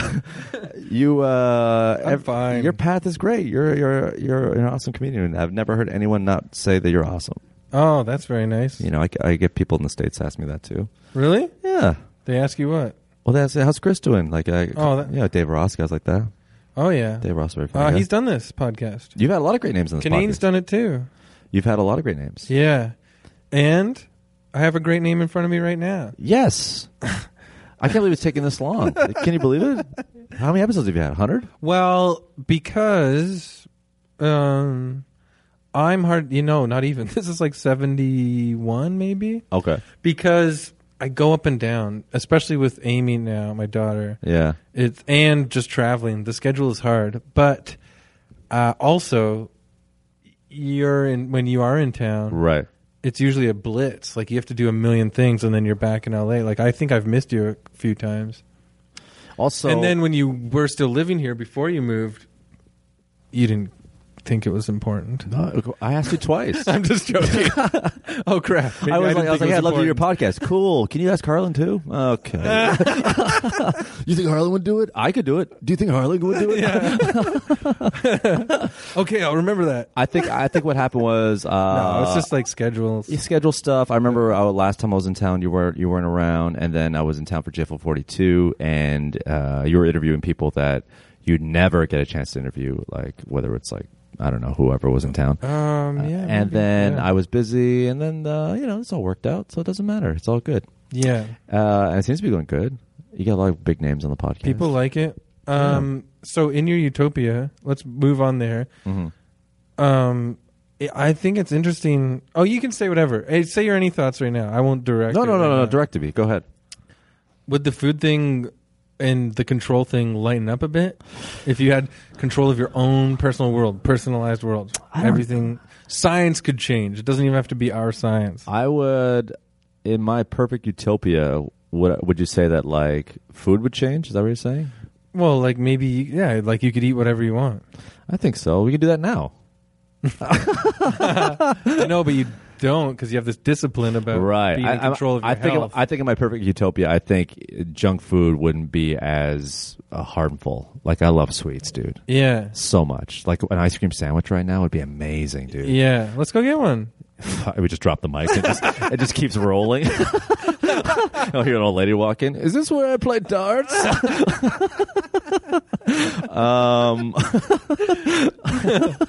Speaker 2: you. Uh,
Speaker 1: I'm fine.
Speaker 2: Your path is great. You're. You're. You're an awesome comedian. I've never heard anyone not say that you're awesome.
Speaker 1: Oh, that's very nice.
Speaker 2: You know, I, I get people in the states ask me that too.
Speaker 1: Really?
Speaker 2: Yeah.
Speaker 1: They ask you what?
Speaker 2: Well, they ask, how's Chris doing? Like, I,
Speaker 1: Oh, that-
Speaker 2: yeah, Dave Ross, guys like that.
Speaker 1: Oh, yeah.
Speaker 2: Dave Ross, very funny.
Speaker 1: Uh,
Speaker 2: guy.
Speaker 1: he's done this podcast.
Speaker 2: You've had a lot of great names in this
Speaker 1: Canadian's
Speaker 2: podcast.
Speaker 1: done it too.
Speaker 2: You've had a lot of great names.
Speaker 1: Yeah. And I have a great name in front of me right now.
Speaker 2: Yes. I can't believe it's taking this long. Can you believe it? How many episodes have you had? 100?
Speaker 1: Well, because um I'm hard, you know, not even. This is like 71 maybe
Speaker 2: Okay.
Speaker 1: because I go up and down, especially with Amy now, my daughter.
Speaker 2: Yeah.
Speaker 1: It's and just traveling. The schedule is hard, but uh also you're in when you are in town.
Speaker 2: Right.
Speaker 1: it's usually a blitz. Like you have to do a million things and then you're back in LA. Like I think I've missed you a few times.
Speaker 2: Also,
Speaker 1: and then when you were still living here before you moved, you didn't think it was important.
Speaker 2: No, I asked you twice.
Speaker 1: I'm just joking. oh crap! Maybe
Speaker 2: I
Speaker 1: didn't
Speaker 2: was like, I was
Speaker 1: think
Speaker 2: like,
Speaker 1: it
Speaker 2: yeah, I'd love to do your
Speaker 1: important.
Speaker 2: podcast. Cool. Can you ask Harlan too? Okay.
Speaker 3: You think Harlan would do it?
Speaker 2: I could do it.
Speaker 3: Do you think Harlan would do it?
Speaker 1: Okay, I'll remember that.
Speaker 2: I think. I think what happened was. Uh,
Speaker 1: no, it's just like schedules.
Speaker 2: you schedule stuff. I remember uh, last time I was in town, you weren't you weren't around, and then I was in town for JFL 42, and uh, you were interviewing people that you'd never get a chance to interview, like whether it's like I don't know whoever was in town.
Speaker 1: Um, yeah,
Speaker 2: Uh, and
Speaker 1: maybe.
Speaker 2: then
Speaker 1: yeah.
Speaker 2: I was busy, and then uh, you know it's all worked out, so it doesn't matter. It's all good.
Speaker 1: yeah,
Speaker 2: Uh, and it seems to be going good. You got a lot of big names on the podcast.
Speaker 1: people like it. Um, so in your utopia, let's move on there.
Speaker 2: Mhm.
Speaker 1: Um, I- I think it's interesting. Oh, you can say whatever. Hey, say your any thoughts right now. I won't direct.
Speaker 2: No,
Speaker 1: it
Speaker 2: no, no,
Speaker 1: right
Speaker 2: no, no.
Speaker 1: now.
Speaker 2: Direct to me. Go ahead.
Speaker 1: Would the food thing and the control thing lighten up a bit if you had control of your own personal world, personalized world?
Speaker 2: don't-
Speaker 1: Everything science could change. It doesn't even have to be our science.
Speaker 2: I would, in my perfect utopia, would would you say that like food would change? Is that what you're saying?
Speaker 1: Well, like maybe yeah, like you could eat whatever you want.
Speaker 2: I think so. We can do that now.
Speaker 1: I know, but you don't because you have this discipline about being in
Speaker 2: I,
Speaker 1: control of your
Speaker 2: I think.
Speaker 1: health.
Speaker 2: I think in my perfect utopia, I think junk food wouldn't be as uh, harmful. Like I love sweets, dude,
Speaker 1: yeah.
Speaker 2: so much. Like an ice cream sandwich right now would be amazing, dude.
Speaker 1: Yeah, let's go get one.
Speaker 2: we just drop the mic. It just, it just keeps rolling. I'll hear an old lady walk in. Is this where I play darts? um,
Speaker 1: Where,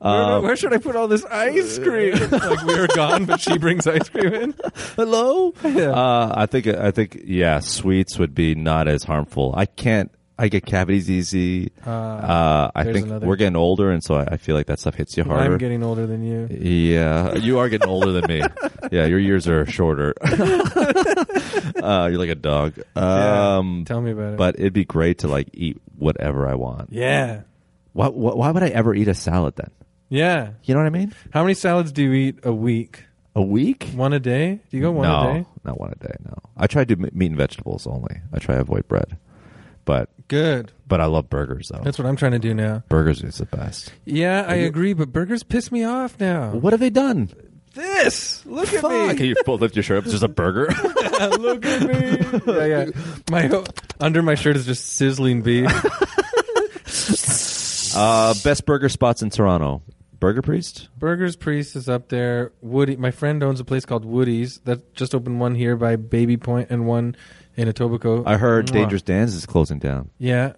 Speaker 1: do- where should I put all this ice cream? Uh, like we were gone, but she brings ice cream in.
Speaker 2: hello.
Speaker 1: Yeah.
Speaker 2: Uh, I think. I think. Yeah, sweets would be not as harmful. I can't. I get cavities easy.
Speaker 1: Uh,
Speaker 2: Uh, I
Speaker 1: there's
Speaker 2: think
Speaker 1: another.
Speaker 2: we're getting older, and so I, I feel like that stuff hits you harder.
Speaker 1: I'm getting older than you.
Speaker 2: yeah, you are getting older than me. Yeah, your years are shorter. uh, you're like a dog.
Speaker 1: Yeah.
Speaker 2: Um,
Speaker 1: Tell me about it.
Speaker 2: but it'd be great to like eat whatever I want.
Speaker 1: yeah,
Speaker 2: Why, why, why would I ever eat a salad then?
Speaker 1: yeah.
Speaker 2: You know what I mean?
Speaker 1: How many salads do you eat a week?
Speaker 2: A week?
Speaker 1: One a day? Do you go one
Speaker 2: no,
Speaker 1: a day?
Speaker 2: not one a day. No, I try to do m- meat and vegetables only. I try to avoid bread, but
Speaker 1: Good.
Speaker 2: but I love burgers though.
Speaker 1: That's what I'm trying to do now.
Speaker 2: burgers is the best.
Speaker 1: Yeah, I agree, but burgers piss me off now.
Speaker 2: What have they done?
Speaker 1: This? Look at
Speaker 2: Fuck!
Speaker 1: me.
Speaker 2: you full lift your shirt up? It's just a burger.
Speaker 1: Look at me. yeah, yeah. My ho- under my shirt is just sizzling beef.
Speaker 2: uh, best burger spots in Toronto. Burger Priest.
Speaker 1: Burgers Priest is up there. Woody, my friend owns a place called Woody's that just opened one here by Baby Point and one in Etobicoke.
Speaker 2: I heard
Speaker 1: Mwah.
Speaker 2: Dangerous Dance is closing down.
Speaker 1: Yeah,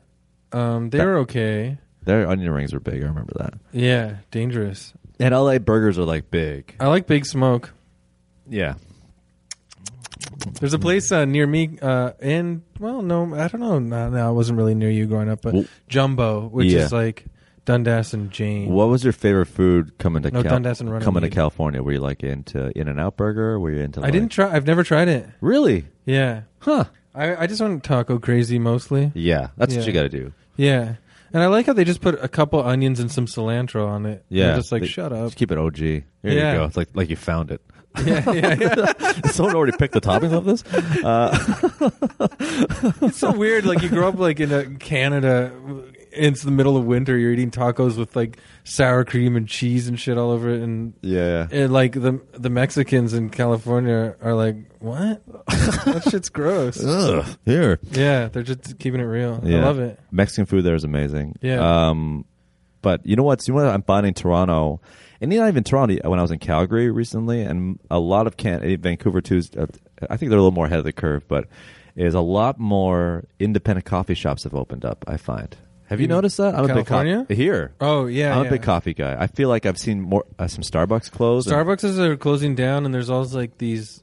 Speaker 1: um, they
Speaker 2: That-
Speaker 1: were okay.
Speaker 2: Their onion rings were big. I remember that.
Speaker 1: Yeah, dangerous.
Speaker 2: And LA burgers are like big.
Speaker 1: I like Big Smoke.
Speaker 2: Yeah.
Speaker 1: There's a place uh, near me, uh, and well, no, I don't know. No, no, I wasn't really near you growing up, but
Speaker 2: Well-
Speaker 1: Jumbo, which
Speaker 2: Yeah.
Speaker 1: is like Dundas and Jane.
Speaker 2: What was your favorite food coming to
Speaker 1: No,
Speaker 2: Cal-
Speaker 1: Dundas and Runnymede.
Speaker 2: coming to California? Were you like into In and Out Burger? Were you into?
Speaker 1: I didn't
Speaker 2: like-
Speaker 1: try. I've never tried it.
Speaker 2: really,
Speaker 1: Yeah,
Speaker 2: huh?
Speaker 1: I, I just went taco crazy mostly.
Speaker 2: Yeah, that's
Speaker 1: Yeah.
Speaker 2: what you got to do.
Speaker 1: Yeah, and I like how they just put a couple onions and some cilantro on it.
Speaker 2: Yeah,
Speaker 1: They're just like
Speaker 2: They-
Speaker 1: shut up.
Speaker 2: Just keep it OG. There
Speaker 1: Uh, Yeah.
Speaker 2: you go. It's like like you found it.
Speaker 1: yeah, yeah, yeah.
Speaker 2: Someone already picked the toppings of this. Uh,
Speaker 1: It's so weird. Like you grow up like in uh Canada. It's the middle of winter. You're eating tacos with like sour cream and cheese and shit all over it, and
Speaker 2: yeah,
Speaker 1: And like the the Mexicans in California are like, what? that shit's gross.
Speaker 2: Ugh, here.
Speaker 1: Yeah, they're just keeping it real. I
Speaker 2: Yeah.
Speaker 1: love it.
Speaker 2: Mexican food there is amazing.
Speaker 1: Yeah.
Speaker 2: Um, but you know what? You know what? I'm finding Toronto, and not even Toronto. When I was in Calgary recently, and a lot of Can eh, Vancouver too. is, uh, I think they're a little more ahead of the curve, but is a lot more independent coffee shops have opened up. I find. Have you
Speaker 1: In
Speaker 2: noticed that? I'm a
Speaker 1: California?
Speaker 2: big coffee here.
Speaker 1: Oh yeah,
Speaker 2: I'm a
Speaker 1: yeah.
Speaker 2: big coffee guy. I feel like I've seen more uh, some Starbucks close. and-
Speaker 1: Starbucks is are closing down, and there's also like these,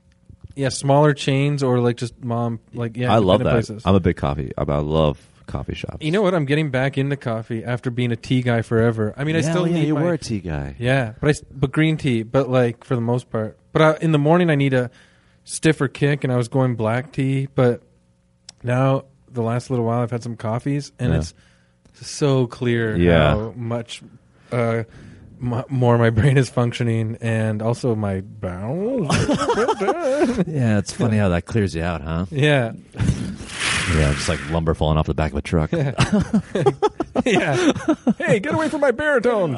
Speaker 1: yeah, smaller chains or like just mom like yeah.
Speaker 2: I love that.
Speaker 1: independent Places.
Speaker 2: I'm a big coffee. I, I love coffee shops.
Speaker 1: You know what? I'm getting back into coffee after being a tea guy forever. I mean, I still
Speaker 2: yeah,
Speaker 1: need
Speaker 2: you
Speaker 1: my,
Speaker 2: were a tea guy.
Speaker 1: Yeah, but I s- but green tea, but like for the most part. But I, in the morning, I need a stiffer kick, and I was going black tea. But now, the last little while, I've had some coffees, and
Speaker 2: Yeah.
Speaker 1: it's so clear
Speaker 2: Yeah.
Speaker 1: how much uh, m- more my brain is functioning, and also my bowels.
Speaker 2: Yeah, it's funny how that clears you out, huh?
Speaker 1: yeah,
Speaker 2: Yeah, just like lumber falling off the back of a truck.
Speaker 1: yeah. Hey, get away from my baritone.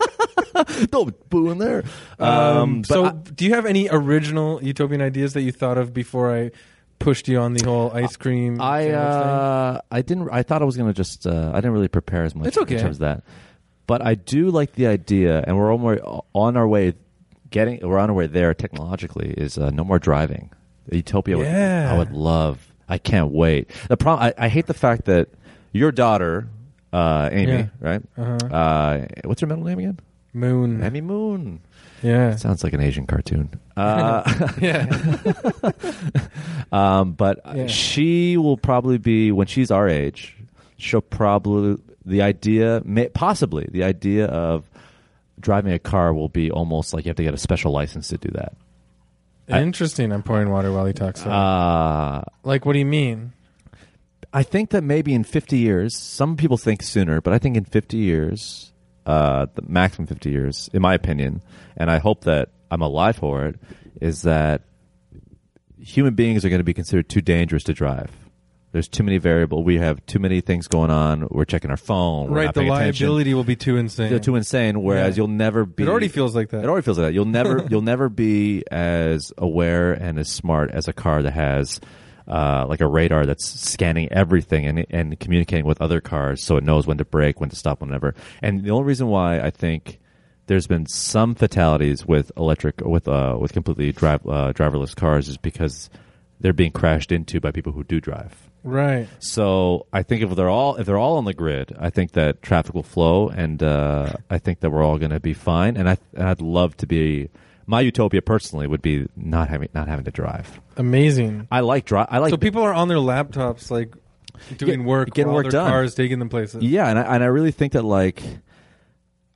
Speaker 2: Don't boo in there. Um,
Speaker 1: Um,
Speaker 2: but
Speaker 1: so,
Speaker 2: I-
Speaker 1: do you have any original utopian ideas that you thought of before I pushed you on the whole ice cream?
Speaker 2: I
Speaker 1: sandwich thing?
Speaker 2: uh, I didn't. I thought I was gonna just. Uh, I didn't really prepare as much.
Speaker 1: It's okay.
Speaker 2: in terms of that, but I do like the idea, and we're almo- on our way getting. We're on our way there technologically. Is uh, no more driving. Utopia. would-
Speaker 1: Yeah.
Speaker 2: I would love. I can't wait. The problem. I, I hate the fact that your daughter, uh, Amy,
Speaker 1: Yeah.
Speaker 2: right?
Speaker 1: Uh-huh.
Speaker 2: Uh, what's her middle name again?
Speaker 1: Moon.
Speaker 2: Amy Moon.
Speaker 1: Yeah.
Speaker 2: Sounds like an Asian cartoon. Uh,
Speaker 1: yeah.
Speaker 2: Um, but uh,
Speaker 1: Yeah.
Speaker 2: she will probably be when she's our age. She'll probably the idea, may, possibly the idea of driving a car will be almost like you have to get a special license to do that. I-
Speaker 1: Interesting. I'm pouring water while he talks.
Speaker 2: Uh,
Speaker 1: like, what do you mean?
Speaker 2: I think that maybe in 50 years, some people think sooner, but I think in 50 years, uh, the maximum 50 years, in my opinion, and I hope that I'm alive for it, is that human beings are going to be considered too dangerous to drive. There's too many variable. We have too many things going on. We're checking our phone. We're
Speaker 1: right.
Speaker 2: not
Speaker 1: The
Speaker 2: paying Attention.
Speaker 1: liability will be too insane.
Speaker 2: They're too insane. Whereas
Speaker 1: Yeah.
Speaker 2: you'll never be.
Speaker 1: it already feels like that.
Speaker 2: It already feels like that. You'll never you'll never be as aware and as smart as a car that has uh, like a radar that's scanning everything and and communicating with other cars, so it knows when to brake, when to stop, whenever. And the only reason why I think there's been some fatalities with electric with uh, with completely drive uh, driverless cars is because they're being crashed into by people who do drive.
Speaker 1: right.
Speaker 2: So I think if they're all if they're all on the grid, I think that traffic will flow, and uh, I think that we're all going to be fine. And I and I'd love to be my utopia personally would be not having not having to drive.
Speaker 1: Amazing.
Speaker 2: I like drive. I like
Speaker 1: so people are on their laptops, like doing
Speaker 2: Get-
Speaker 1: work,
Speaker 2: getting
Speaker 1: while
Speaker 2: work
Speaker 1: their
Speaker 2: done.
Speaker 1: cars taking them places.
Speaker 2: yeah, and I and I really think that like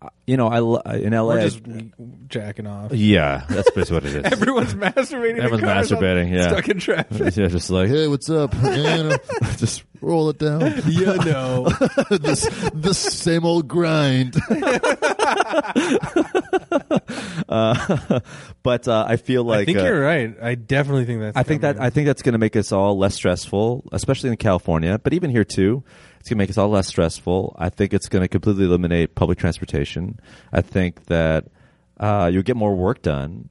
Speaker 2: uh, you know I lo- in
Speaker 1: Or
Speaker 2: LA
Speaker 1: just w- jacking off.
Speaker 2: yeah that's basically what it is.
Speaker 1: Everyone's masturbating. in
Speaker 2: Everyone's
Speaker 1: cars on-
Speaker 2: masturbating, yeah.
Speaker 1: Stuck in traffic.
Speaker 2: yeah, just like
Speaker 3: Hey, what's up? And, uh,
Speaker 2: just
Speaker 3: roll it down.
Speaker 1: you know.
Speaker 3: this, this same old grind.
Speaker 2: uh, but uh, I feel like
Speaker 1: I think
Speaker 2: uh,
Speaker 1: you're right. I definitely think that's.
Speaker 2: I think that
Speaker 1: coming.
Speaker 2: I think that's going to make us all less stressful, especially in California, but even here too. It's going to make us all less stressful. I think it's going to completely eliminate public transportation. I think that uh, you'll get more work done,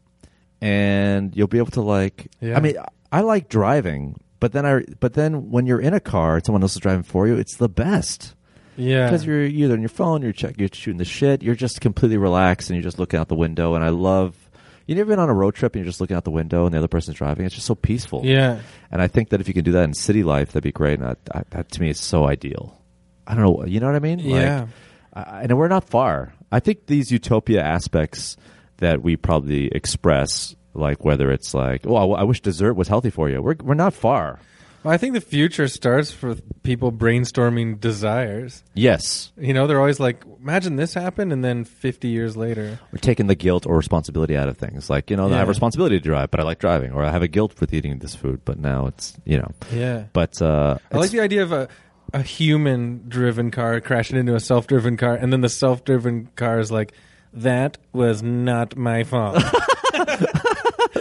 Speaker 2: and you'll be able to like.
Speaker 1: Yeah.
Speaker 2: I mean, I I like driving, but then I but then when you're in a car and someone else is driving for you, it's the best
Speaker 1: yeah.
Speaker 2: because you're either on your phone, you're check, you're shooting the shit, you're just completely relaxed, and you're just looking out the window. And I love you never been on a road trip and you're just looking out the window and the other person's driving. It's just so peaceful.
Speaker 1: Yeah.
Speaker 2: And I think that if you can do that in city life, that'd be great. And that, that, that to me is so ideal. I don't know. You know what I mean?
Speaker 1: Yeah.
Speaker 2: Like, I, and we're not far. I think these utopia aspects that we probably express, like whether it's like, oh, I, w- I wish dessert was healthy for you. We're, we're not far.
Speaker 1: Well, I think the future starts for people brainstorming desires.
Speaker 2: Yes.
Speaker 1: You know, they're always like, imagine this happened, and then 50 years later.
Speaker 2: We're taking the guilt or responsibility out of things. Like, you know, I have
Speaker 1: Yeah.
Speaker 2: responsibility to drive, but I like driving, or I have a guilt with eating this food, but now it's, you know.
Speaker 1: Yeah.
Speaker 2: But uh,
Speaker 1: I like
Speaker 2: it's-
Speaker 1: the idea of a, a human driven car crashing into a self driven car, and then the self driven car is like, that was not my fault.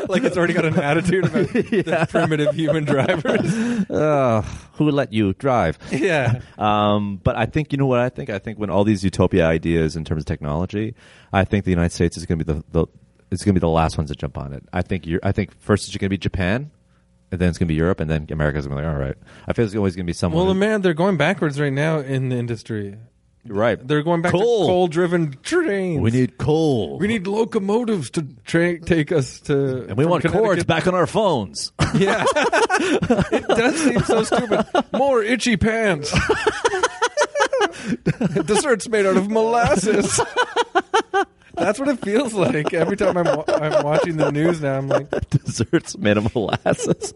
Speaker 1: like it's already got an attitude about the primitive human drivers.
Speaker 2: uh, who let you drive?
Speaker 1: yeah.
Speaker 2: Um, but I think you know what I think. I think when all these utopia ideas in terms of technology, I think the United States is going to be the, the it's going to be the last ones to jump on it. I think you're. I think first it's going to be Japan, and then it's going to be Europe, and then America's going to be like, all right. I feel it's always going to be someone.
Speaker 1: Well,
Speaker 2: who-
Speaker 1: man, they're going backwards right now in the industry.
Speaker 2: right.
Speaker 1: They're going back
Speaker 2: Coal.
Speaker 1: to coal driven trains.
Speaker 3: We need coal.
Speaker 1: we need locomotives to tra- take us to.
Speaker 2: and we
Speaker 1: from
Speaker 2: want cords
Speaker 1: Connecticut.
Speaker 2: back on our phones.
Speaker 1: Yeah. it does seem so stupid. More itchy pants. Desserts made out of molasses. That's what it feels like every time I'm, wa- I'm watching the news now. I'm like,
Speaker 2: Desserts made of molasses.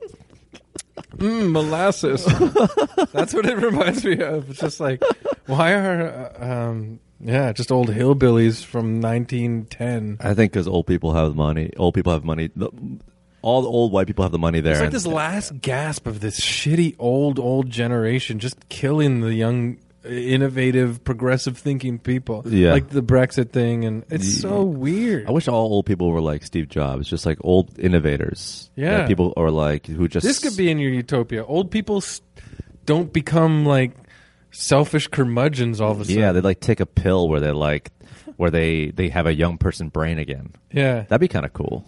Speaker 1: mmm, molasses. That's what it reminds me of. It's just like, why are, uh, um, yeah, just old hillbillies from 1910.
Speaker 2: I think because old people have money. Old people have money. The- all the old white people have the money there.
Speaker 1: It's like
Speaker 2: and-
Speaker 1: this last gasp of this shitty old old generation just killing the young innovative progressive thinking people.
Speaker 2: Yeah.
Speaker 1: Like the Brexit thing and it's
Speaker 2: Yeah.
Speaker 1: so weird.
Speaker 2: I wish all old people were like Steve Jobs, just like old innovators.
Speaker 1: Yeah.
Speaker 2: That people are like who just
Speaker 1: this could be in your utopia. Old people s- don't become like selfish curmudgeons all of a sudden.
Speaker 2: Yeah, they like take a pill where they like where they they have a young person brain again.
Speaker 1: Yeah.
Speaker 2: That'd be kind of cool.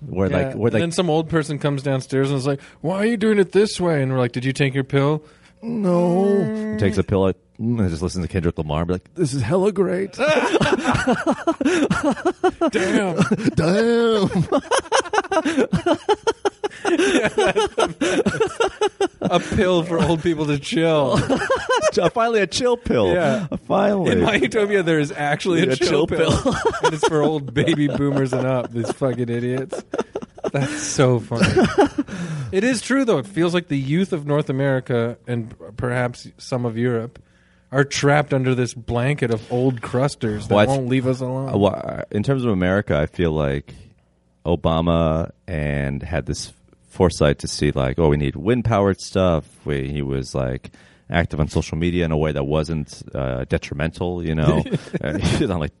Speaker 2: Where
Speaker 1: Yeah.
Speaker 2: like where
Speaker 1: and then
Speaker 2: like
Speaker 1: some old person comes downstairs and is like, "Why are you doing it this way?" And we're like, "Did you take your pill?"
Speaker 3: no.
Speaker 2: takes a pill like, mm, and just listens to Kendrick Lamar and be like
Speaker 3: This is hella great.
Speaker 1: Damn,
Speaker 3: Damn.
Speaker 1: a pill for old people to chill.
Speaker 2: finally a chill pill.
Speaker 1: Yeah.
Speaker 2: Finally.
Speaker 1: In my utopia, there is actually a,
Speaker 2: A
Speaker 1: chill,
Speaker 2: chill
Speaker 1: pill, and it's for old baby boomers and up. These fucking idiots. That's so funny. it is true though. It feels like the youth of North America and perhaps some of Europe are trapped under this blanket of old crusters that
Speaker 2: Well, I th-
Speaker 1: won't leave us alone.
Speaker 2: Uh, well, uh, in terms of America, I feel like Obama and had this foresight to see like, oh, we need wind powered stuff. We, he was like active on social media in a way that wasn't uh, detrimental, you know. Uh, he's not like,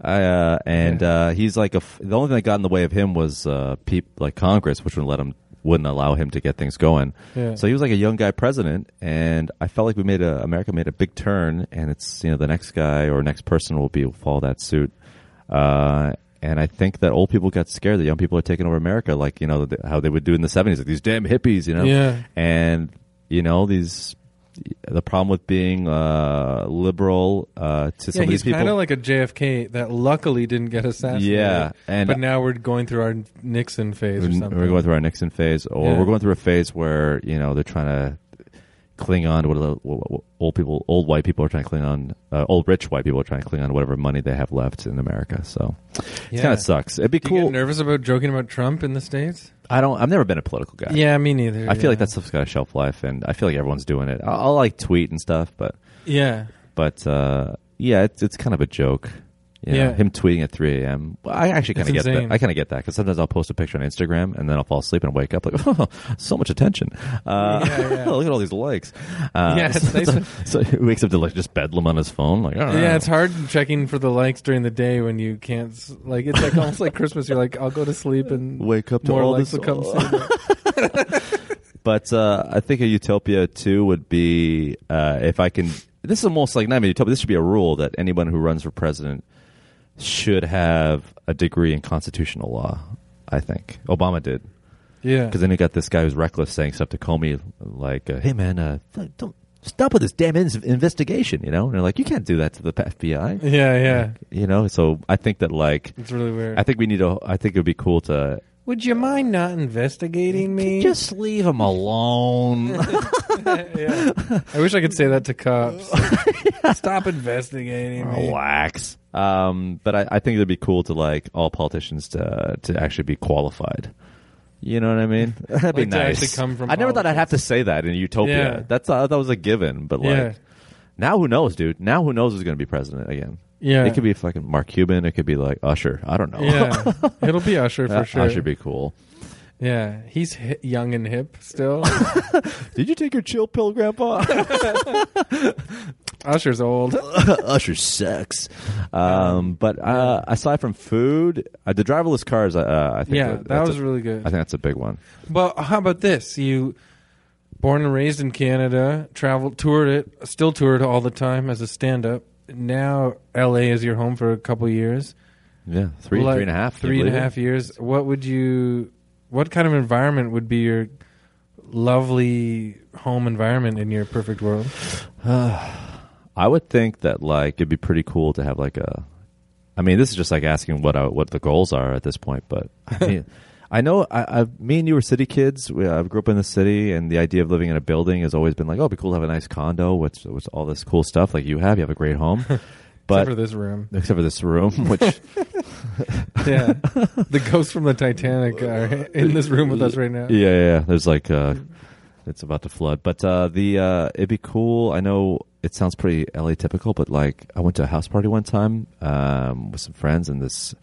Speaker 2: I, uh, and uh, he's like a f- the only thing that got in the way of him was uh, peop- like Congress, which wouldn't let him wouldn't allow him to get things going.
Speaker 1: Yeah.
Speaker 2: So he was like a young guy president, and I felt like we made a America made a big turn, and it's you know the next guy or next person will be will follow that suit. Uh, and I think that old people got scared that young people are taking over America, like you know th- how they would do in the seventies, like these damn hippies, you know.
Speaker 1: Yeah.
Speaker 2: And you know these the problem with being uh, liberal uh, to some
Speaker 1: yeah,
Speaker 2: of these
Speaker 1: he's
Speaker 2: people.
Speaker 1: kind of like a JFK that luckily didn't get assassinated.
Speaker 2: Yeah, and-
Speaker 1: but now we're going through our Nixon phase or
Speaker 2: We're-
Speaker 1: something.
Speaker 2: We're going through our Nixon phase, or
Speaker 1: Yeah.
Speaker 2: we're going through a phase where you know they're trying to cling on to what, what, what old people, old white people are trying to cling on, uh, old rich white people are trying to cling on to whatever money they have left in America. So it
Speaker 1: Yeah.
Speaker 2: kind of sucks. It'd be
Speaker 1: Do you
Speaker 2: cool.
Speaker 1: get nervous about joking about Trump in the states?
Speaker 2: I don't. I've never been a political guy.
Speaker 1: Yeah, me neither.
Speaker 2: I feel like
Speaker 1: yeah.
Speaker 2: that stuff's got a shelf life, and I feel like everyone's doing it. I'll, I'll like tweet and stuff, but
Speaker 1: yeah.
Speaker 2: but uh, yeah, it's it's kind of a joke. You know,
Speaker 1: Yeah.
Speaker 2: him tweeting at 3 a.m. Well, I actually kind
Speaker 1: It's
Speaker 2: of get
Speaker 1: insane.
Speaker 2: that. I kind of get that because sometimes I'll post a picture on Instagram and then I'll fall asleep and wake up like, oh, so much attention. Uh,
Speaker 1: Yeah, yeah.
Speaker 2: look at all these likes. Uh,
Speaker 1: Yeah, it's
Speaker 2: so,
Speaker 1: nice.
Speaker 2: so he wakes up to like just bedlam on his phone. Like, all right.
Speaker 1: Yeah, it's hard checking for the likes during the day when you can't. s- Like it's like almost like Christmas. You're like, I'll go to sleep and
Speaker 2: Wake up to
Speaker 1: more
Speaker 2: all
Speaker 1: likes
Speaker 2: this-
Speaker 1: will come soon.
Speaker 2: But uh, I think a utopia too would be uh, if I can. This is almost like not even a utopia. This should be a rule that anyone who runs for president should have a degree in constitutional law. I think Obama did.
Speaker 1: yeah,
Speaker 2: Because then you got this guy who's reckless saying stuff to Comey, like, uh, "Hey man, uh, don't stop with this damn in- investigation, you know? And they're like, you can't do that to the FBI,
Speaker 1: Yeah, yeah.
Speaker 2: you know? So I think that, like,
Speaker 1: It's really weird.
Speaker 2: I think we need to, I think it would be cool to
Speaker 1: Would you mind not investigating me?
Speaker 2: just leave them alone.
Speaker 1: yeah. I wish I could say that to cops. Stop investigating
Speaker 2: Oh,
Speaker 1: me.
Speaker 2: Relax. Um, but I, I think it'd be cool to like all politicians to to actually be qualified. You know what I mean? That'd be
Speaker 1: Like to
Speaker 2: nice.
Speaker 1: actually come from
Speaker 2: I never thought I'd have to say that in Utopia.
Speaker 1: Yeah.
Speaker 2: That's I thought that was a given, but like
Speaker 1: Yeah.
Speaker 2: now who knows, dude? Now who knows who's going to be president again?
Speaker 1: Yeah.
Speaker 2: It could be fucking Mark Cuban. It could be like Usher. I don't know.
Speaker 1: Yeah, it'll be Usher for
Speaker 2: Uh,
Speaker 1: sure.
Speaker 2: Usher be cool.
Speaker 1: Yeah, he's hi- young and hip still.
Speaker 2: Did you take your chill pill, Grandpa?
Speaker 1: Usher's old.
Speaker 2: Usher sucks. Um, but uh, aside from food, uh, the driverless cars. Uh, I think
Speaker 1: Yeah,
Speaker 2: that-
Speaker 1: that
Speaker 2: that's
Speaker 1: was
Speaker 2: a-
Speaker 1: really good.
Speaker 2: I think that's a big one.
Speaker 1: Well, how about this? You born and raised in Canada, traveled, toured it, still toured all the time as a stand-up. Now L.A. is your home for a couple years,
Speaker 2: Yeah, three,
Speaker 1: Like,
Speaker 2: three and a half,
Speaker 1: three and a half years. What would you? What kind of environment would be your lovely home environment in your perfect world?
Speaker 2: I would think that like it'd be pretty cool to have like a. I mean, this is just like asking what I, what the goals are at this point, but I mean, I know I, I, me and you were city kids. We, I grew up in the city, and the idea of living in a building has always been like, oh, it'd be cool to have a nice condo with with all this cool stuff like you have. You have a great home,
Speaker 1: Except
Speaker 2: but.
Speaker 1: for this room,
Speaker 2: Except for this room, which
Speaker 1: yeah. the ghosts from the Titanic are in this room with us right now.
Speaker 2: Yeah, yeah, yeah. There's like uh it's about to flood. But uh the uh it'd be cool. I know it sounds pretty LA typical, but like I went to a house party one time um with some friends in this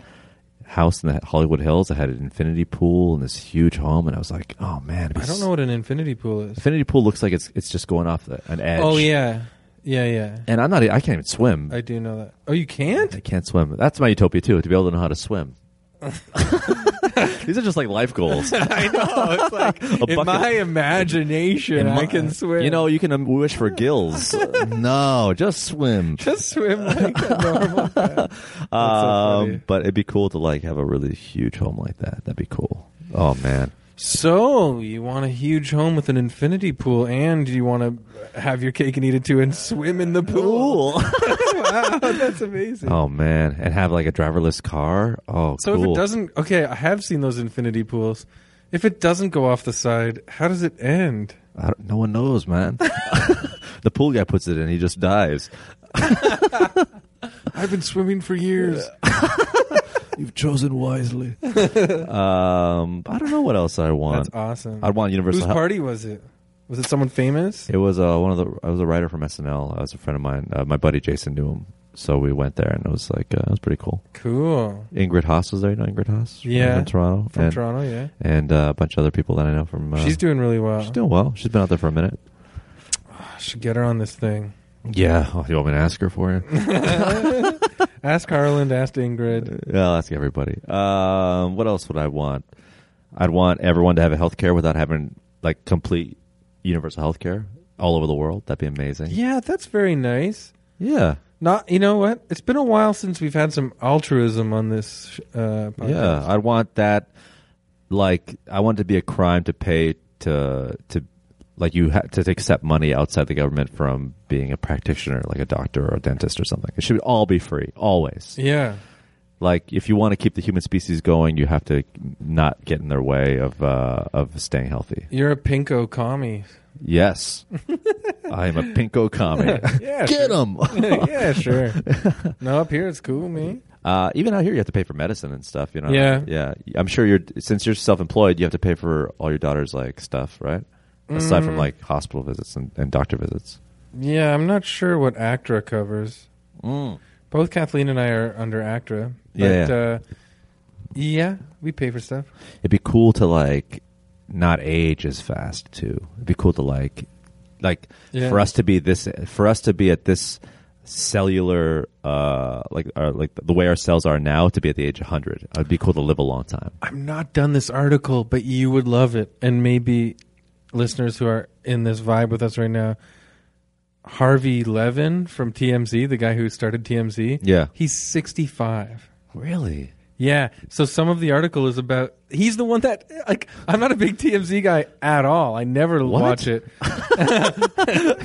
Speaker 2: house in the Hollywood Hills. I had an infinity pool and this huge home and I was like, "Oh man, it'd be
Speaker 1: I don't
Speaker 2: s-
Speaker 1: know what an infinity pool is.
Speaker 2: Infinity pool looks like it's it's just going off the, an edge.
Speaker 1: Oh yeah, yeah, yeah.
Speaker 2: And I'm not e, I can't even swim.
Speaker 1: I do know that. Oh, you
Speaker 2: I
Speaker 1: can't?
Speaker 2: can't swim. That's my utopia too, to be able to know how to swim. These are just like life goals.
Speaker 1: I know. It's like in
Speaker 2: bucket-
Speaker 1: my imagination,
Speaker 2: In my-
Speaker 1: I can swim.
Speaker 2: You know, you can um, wish for gills. no, just swim.
Speaker 1: just swim like a normal. guy. funny.
Speaker 2: Um, but it'd be cool to like have a really huge home like that. That'd be cool. Oh man,
Speaker 1: So you want a huge home with an infinity pool, and you want to have your cake and eat it too, and swim in the pool. wow, that's amazing.
Speaker 2: oh man, and have like a driverless car. Oh,
Speaker 1: so
Speaker 2: cool.
Speaker 1: if it doesn't, okay, I have seen those infinity pools. If it doesn't go off the side, how does it end?
Speaker 2: I don't- no one knows, man. the pool guy puts it in, he just dies.
Speaker 1: I've been swimming for years.
Speaker 2: You've chosen wisely. um, I don't know what else I want.
Speaker 1: That's awesome.
Speaker 2: I want universal.
Speaker 1: Whose
Speaker 2: health-
Speaker 1: party was it? Was it someone famous?
Speaker 2: It was uh, one of the. I was a writer from SNL. I was a friend of mine. Uh, my buddy Jason knew him, so we went there, and it was like uh, it was pretty cool.
Speaker 1: Cool.
Speaker 2: Ingrid Haas was there. You know Ingrid Haas?
Speaker 1: Yeah.
Speaker 2: from Toronto.
Speaker 1: From
Speaker 2: and,
Speaker 1: Toronto, yeah.
Speaker 2: and uh, a bunch of other people that I know from. Uh,
Speaker 1: She's doing really well.
Speaker 2: she's doing well. She's been out there for a minute.
Speaker 1: I should get her on this thing.
Speaker 2: Yeah. Oh, you want me to ask her for you?
Speaker 1: Ask Harland, ask Ingrid.
Speaker 2: yeah, I'll ask everybody. Um, what else would I want? I'd want everyone to have a health care without having like complete universal health care all over the world. That'd be amazing.
Speaker 1: Yeah, that's very nice.
Speaker 2: Yeah.
Speaker 1: Not, you know what? It's been a while since we've had some altruism on this uh, podcast.
Speaker 2: Yeah, I want that. Like, I want it to be a crime to pay to to like you ha- to accept money outside the government from being a practitioner, like a doctor or a dentist or something. It should all be free, always.
Speaker 1: yeah,
Speaker 2: Like, if you want to keep the human species going, you have to not get in their way of uh, of staying healthy.
Speaker 1: you're a pinko commie.
Speaker 2: Yes, I am a pinko commie.
Speaker 1: Yeah,
Speaker 3: Get him.
Speaker 1: sure. yeah, sure. No, up here it's cool, man.
Speaker 2: Uh, even out here, you have to pay for medicine and stuff. You know.
Speaker 1: Yeah.
Speaker 2: Yeah. I'm sure you're since you're self-employed, you have to pay for all your daughter's like stuff, right? Aside
Speaker 1: Mm.
Speaker 2: from like hospital visits and, and doctor visits.
Speaker 1: Yeah, I'm not sure what ACTRA covers.
Speaker 2: Mm.
Speaker 1: Both Kathleen and I are under ACTRA. But,
Speaker 2: Yeah, yeah.
Speaker 1: Uh, yeah, we pay for stuff.
Speaker 2: It'd be cool to like not age as fast too. It'd be cool to like like
Speaker 1: Yeah.
Speaker 2: for us to be this for us to be at this cellular uh like our, like the way our cells are now to be at the age of 100 it'd be cool to live a long time
Speaker 1: I've not done this article, but you would love it. And maybe listeners who are in this vibe with us right now, Harvey Levin from TMZ, the guy who started TMZ,
Speaker 2: yeah
Speaker 1: he's 65.
Speaker 2: really
Speaker 1: Yeah. So some of the article is about he's the one that like I'm not a big TMZ guy at all. I never
Speaker 2: What?
Speaker 1: watch it.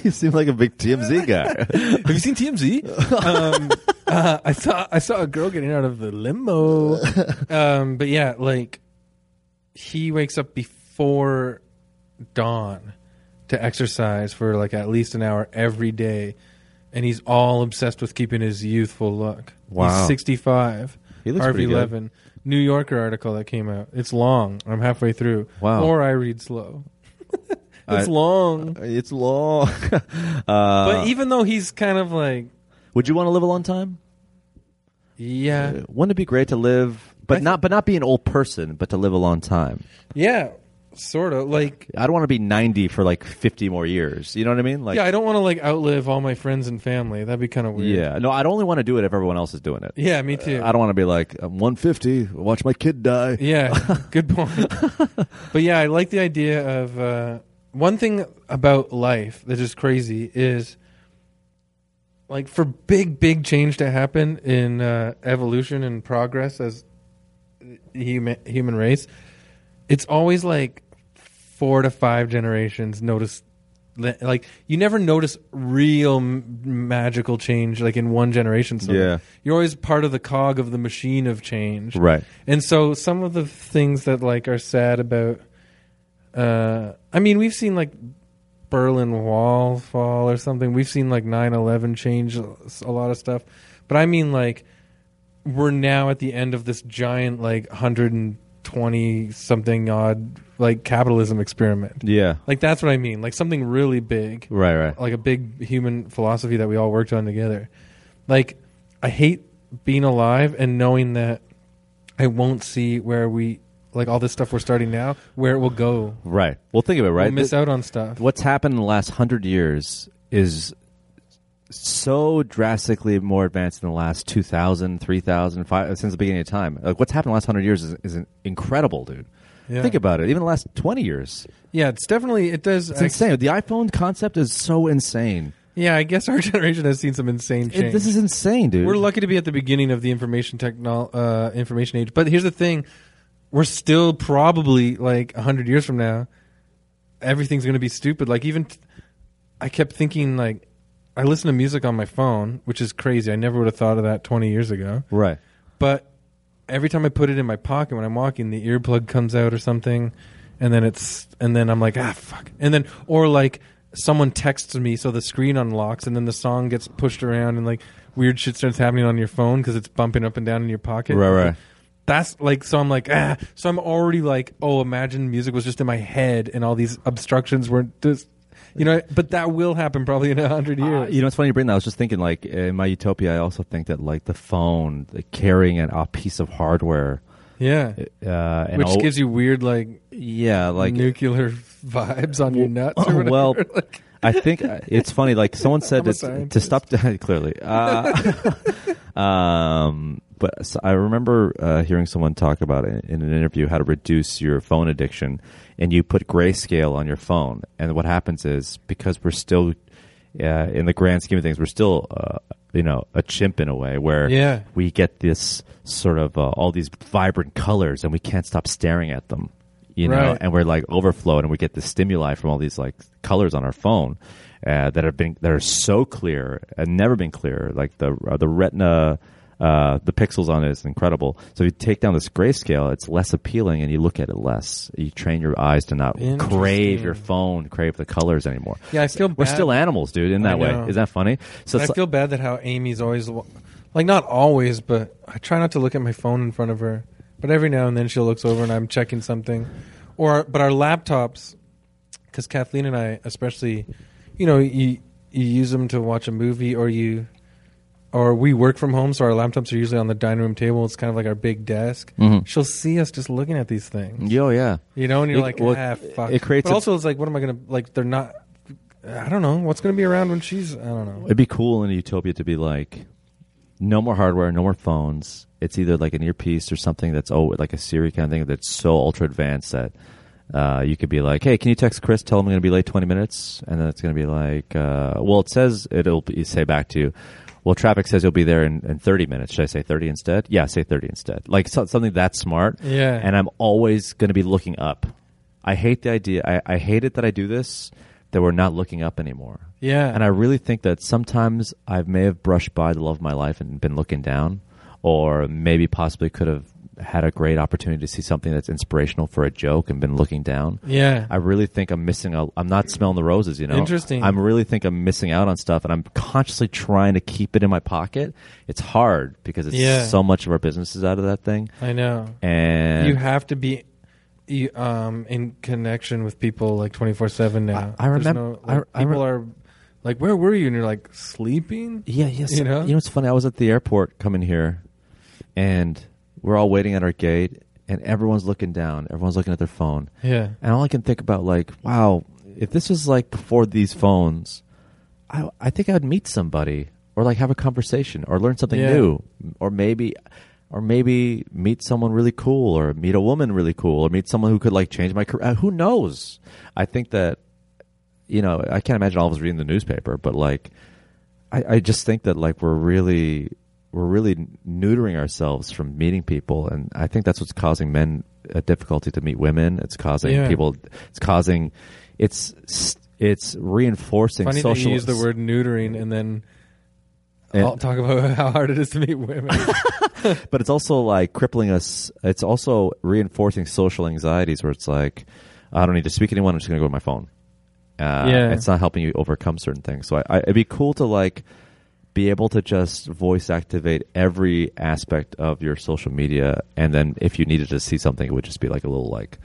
Speaker 2: you seem like a big TMZ guy.
Speaker 1: Have you seen TMZ? um, uh, I saw I saw a girl getting out of the limo. Um, but yeah, like he wakes up before dawn to exercise for like at least an hour every day, and he's all obsessed with keeping his youthful look.
Speaker 2: Wow.
Speaker 1: he's sixty five.
Speaker 2: He looks
Speaker 1: Harvey
Speaker 2: pretty good.
Speaker 1: Levin, New Yorker article that came out. It's long. I'm halfway through.
Speaker 2: Wow.
Speaker 1: Or I read slow. it's
Speaker 2: I-
Speaker 1: long.
Speaker 2: it's long. uh,
Speaker 1: but even though he's kind of like,
Speaker 2: would you want to live a long time?
Speaker 1: yeah,
Speaker 2: Uh, Wouldn't it be great to live, but not but not be an old person, but to live a long time?
Speaker 1: Yeah, sort of. Like,
Speaker 2: I don't want to be ninety for like fifty more years. You know what I mean? Like,
Speaker 1: yeah, I don't want to like outlive all my friends and family. That'd be kind of weird.
Speaker 2: yeah. No, I'd only want to do it if everyone else is doing it.
Speaker 1: Yeah, me too.
Speaker 2: I don't want to be like
Speaker 3: I'm 150. Watch my kid die.
Speaker 1: yeah, good point. but yeah, I like the idea of uh, one thing about life that is crazy is like for big, big change to happen in uh, evolution and progress as human human race, it's always like four to five generations notice le- like you never notice real m- magical change like in one generation so
Speaker 2: Yeah.
Speaker 1: you're always part of the cog of the machine of change
Speaker 2: right.
Speaker 1: and so some of the things that like are sad about uh I mean we've seen like Berlin Wall fall or something. We've seen like 9/11 change a lot of stuff. But I mean like we're now at the end of this giant like 120 something odd like capitalism experiment.
Speaker 2: Yeah.
Speaker 1: Like that's what I mean. Like something really big
Speaker 2: Right. Right.
Speaker 1: like a big human philosophy that we all worked on together. Like I hate being alive and knowing that I won't see where we like all this stuff we're starting now where it will go.
Speaker 2: Right. Well, think of it. Right.
Speaker 1: We'll miss
Speaker 2: Th-
Speaker 1: out on stuff.
Speaker 2: What's happened in the last hundred years is so drastically more advanced than the last 2,000, 3,000, five- since the beginning of time. Like what's happened in the last hundred years is, is incredible, dude.
Speaker 1: Yeah.
Speaker 2: Think about it. Even the last twenty years,
Speaker 1: Yeah, it's definitely it does.
Speaker 2: it's insane. The iPhone concept is so insane.
Speaker 1: yeah, I guess our generation has seen some insane
Speaker 2: It-
Speaker 1: change.
Speaker 2: this is insane, dude.
Speaker 1: We're lucky to be at the beginning of the information technol uh, information age. But here's the thing: we're still probably like hundred years from now, everything's going to be stupid. Like even, t- I kept thinking like, I listen to music on my phone, which is crazy. I never would have thought of that twenty years ago.
Speaker 2: right.
Speaker 1: But every time I put it in my pocket when I'm walking, the earplug comes out or something, and then it's and then I'm like ah fuck, and then or like someone texts me so the screen unlocks and then the song gets pushed around and like weird shit starts happening on your phone because it's bumping up and down in your pocket.
Speaker 2: Right, right.
Speaker 1: That's like so I'm like ah so I'm already like oh imagine music was just in my head and all these obstructions weren't just you know but that will happen probably in a hundred
Speaker 2: Uh,
Speaker 1: years.
Speaker 2: you know, it's funny you bring that. I was just thinking, like in my utopia, I also think that like the phone, like, carrying an, a piece of hardware,
Speaker 1: yeah.
Speaker 2: uh, and
Speaker 1: Which
Speaker 2: all-
Speaker 1: gives you weird like
Speaker 2: yeah, like
Speaker 1: nuclear vibes on your nuts or whatever.
Speaker 2: well, I think uh, it's funny. Like someone said
Speaker 1: I'm a
Speaker 2: that to stop clearly. Uh, um, but s I I remember uh, hearing someone talk about it in an interview how to reduce your phone addiction, and you put grayscale on your phone, and what happens is because we're still. Uh, in the grand scheme of things, we're still, uh, you know, a chimp in a way where
Speaker 1: Yeah.
Speaker 2: we get this sort of uh, all these vibrant colors and we can't stop staring at them, you know,
Speaker 1: Right.
Speaker 2: and we're like overflowed and we get the stimuli from all these like colors on our phone uh, that have been that are so clear and never been clearer. Like the uh, the retina, uh, the pixels on it is incredible. So if you take down this grayscale, it's less appealing and you look at it less. You train your eyes to not crave
Speaker 1: Interesting.
Speaker 2: your phone, crave the colors anymore.
Speaker 1: Yeah, I feel
Speaker 2: We're
Speaker 1: bad.
Speaker 2: still animals, dude. In
Speaker 1: I
Speaker 2: that way,
Speaker 1: know.
Speaker 2: is that funny? So
Speaker 1: I
Speaker 2: it's
Speaker 1: feel bad that how Amy's always wa- like not always, but I try not to look at my phone in front of her. But every now and then she looks over and I'm checking something, or but our laptops, because Kathleen and I especially, you know, you you use them to watch a movie or you. Or we work from home, so our laptops are usually on the dining room table. It's kind of like our big desk.
Speaker 2: Mhm.
Speaker 1: She'll see us just looking at these things.
Speaker 2: like, yo, Oh, yeah.
Speaker 1: You know, and you're
Speaker 2: It-
Speaker 1: like,
Speaker 2: well,
Speaker 1: ah, fuck.
Speaker 2: it creates
Speaker 1: But
Speaker 2: a-
Speaker 1: also, it's like, what am I gonna like? They're not. I don't know what's gonna be around when she's. I don't know.
Speaker 2: It'd be cool in a utopia to be like, no more hardware, no more phones. It's either like an earpiece or something that's oh, like a Siri kind of thing that's so ultra advanced that uh, you could be like, hey, can you text Chris? Tell him I'm going to be late 20 minutes, and then it's going to be like, uh, well, it says it'll be, say back to you. well, traffic says you'll be there in, in 30 minutes. Should I say 30 instead? Yeah, say 30 instead. Like so, something that smart.
Speaker 1: Yeah.
Speaker 2: And I'm always going to be looking up. I hate the idea. I, I hate it that I do this, that we're not looking up anymore.
Speaker 1: Yeah.
Speaker 2: And I really think that sometimes I may have brushed by the love of my life and been looking down, or maybe possibly could have had a great opportunity to see something that's inspirational for a joke and been looking down.
Speaker 1: yeah.
Speaker 2: I really think I'm missing. A, I'm not smelling the roses, you know.
Speaker 1: Interesting.
Speaker 2: I really think I'm missing out on stuff, and I'm consciously trying to keep it in my pocket. It's hard because it's
Speaker 1: Yeah.
Speaker 2: so much of our business is out of that thing,
Speaker 1: I, know.
Speaker 2: and
Speaker 1: You have to be you, um, in connection with people like 24 7 now.
Speaker 2: I- I
Speaker 1: There's
Speaker 2: remember-
Speaker 1: No, like,
Speaker 2: I- I
Speaker 1: people are like, where were you? And you're like, sleeping?
Speaker 2: Yeah, yes.
Speaker 1: You
Speaker 2: You
Speaker 1: know?
Speaker 2: know? it's funny. I was at the airport coming here, and we're all waiting at our gate, and everyone's looking down. Everyone's looking at their phone,
Speaker 1: Yeah.
Speaker 2: and all I can think about, like, wow, if this was like before these phones, I I think I'd meet somebody or like have a conversation or learn something
Speaker 1: Yeah.
Speaker 2: new or maybe. Or maybe meet someone really cool, or meet a woman really cool, or meet someone who could like change my career. Uh, Who knows? I think that you know, I can't imagine all of us reading the newspaper, but like, I, I just think that like we're really we're really neutering ourselves from meeting people, and I think that's what's causing men a difficulty to meet women. It's causing
Speaker 1: Yeah.
Speaker 2: people. It's causing. It's it's reinforcing
Speaker 1: Funny that
Speaker 2: social.
Speaker 1: you use the word neutering and then
Speaker 2: And-
Speaker 1: I'll talk about how hard it is to meet women.
Speaker 2: but it's also like crippling us. It's also reinforcing social anxieties where it's like, I don't need to speak to anyone. I'm just going to go to my phone. Uh,
Speaker 1: Yeah.
Speaker 2: It's not helping you overcome certain things. So I, I, it'd be cool to like be able to just voice activate every aspect of your social media. And then if you needed to see something, it would just be like a little like,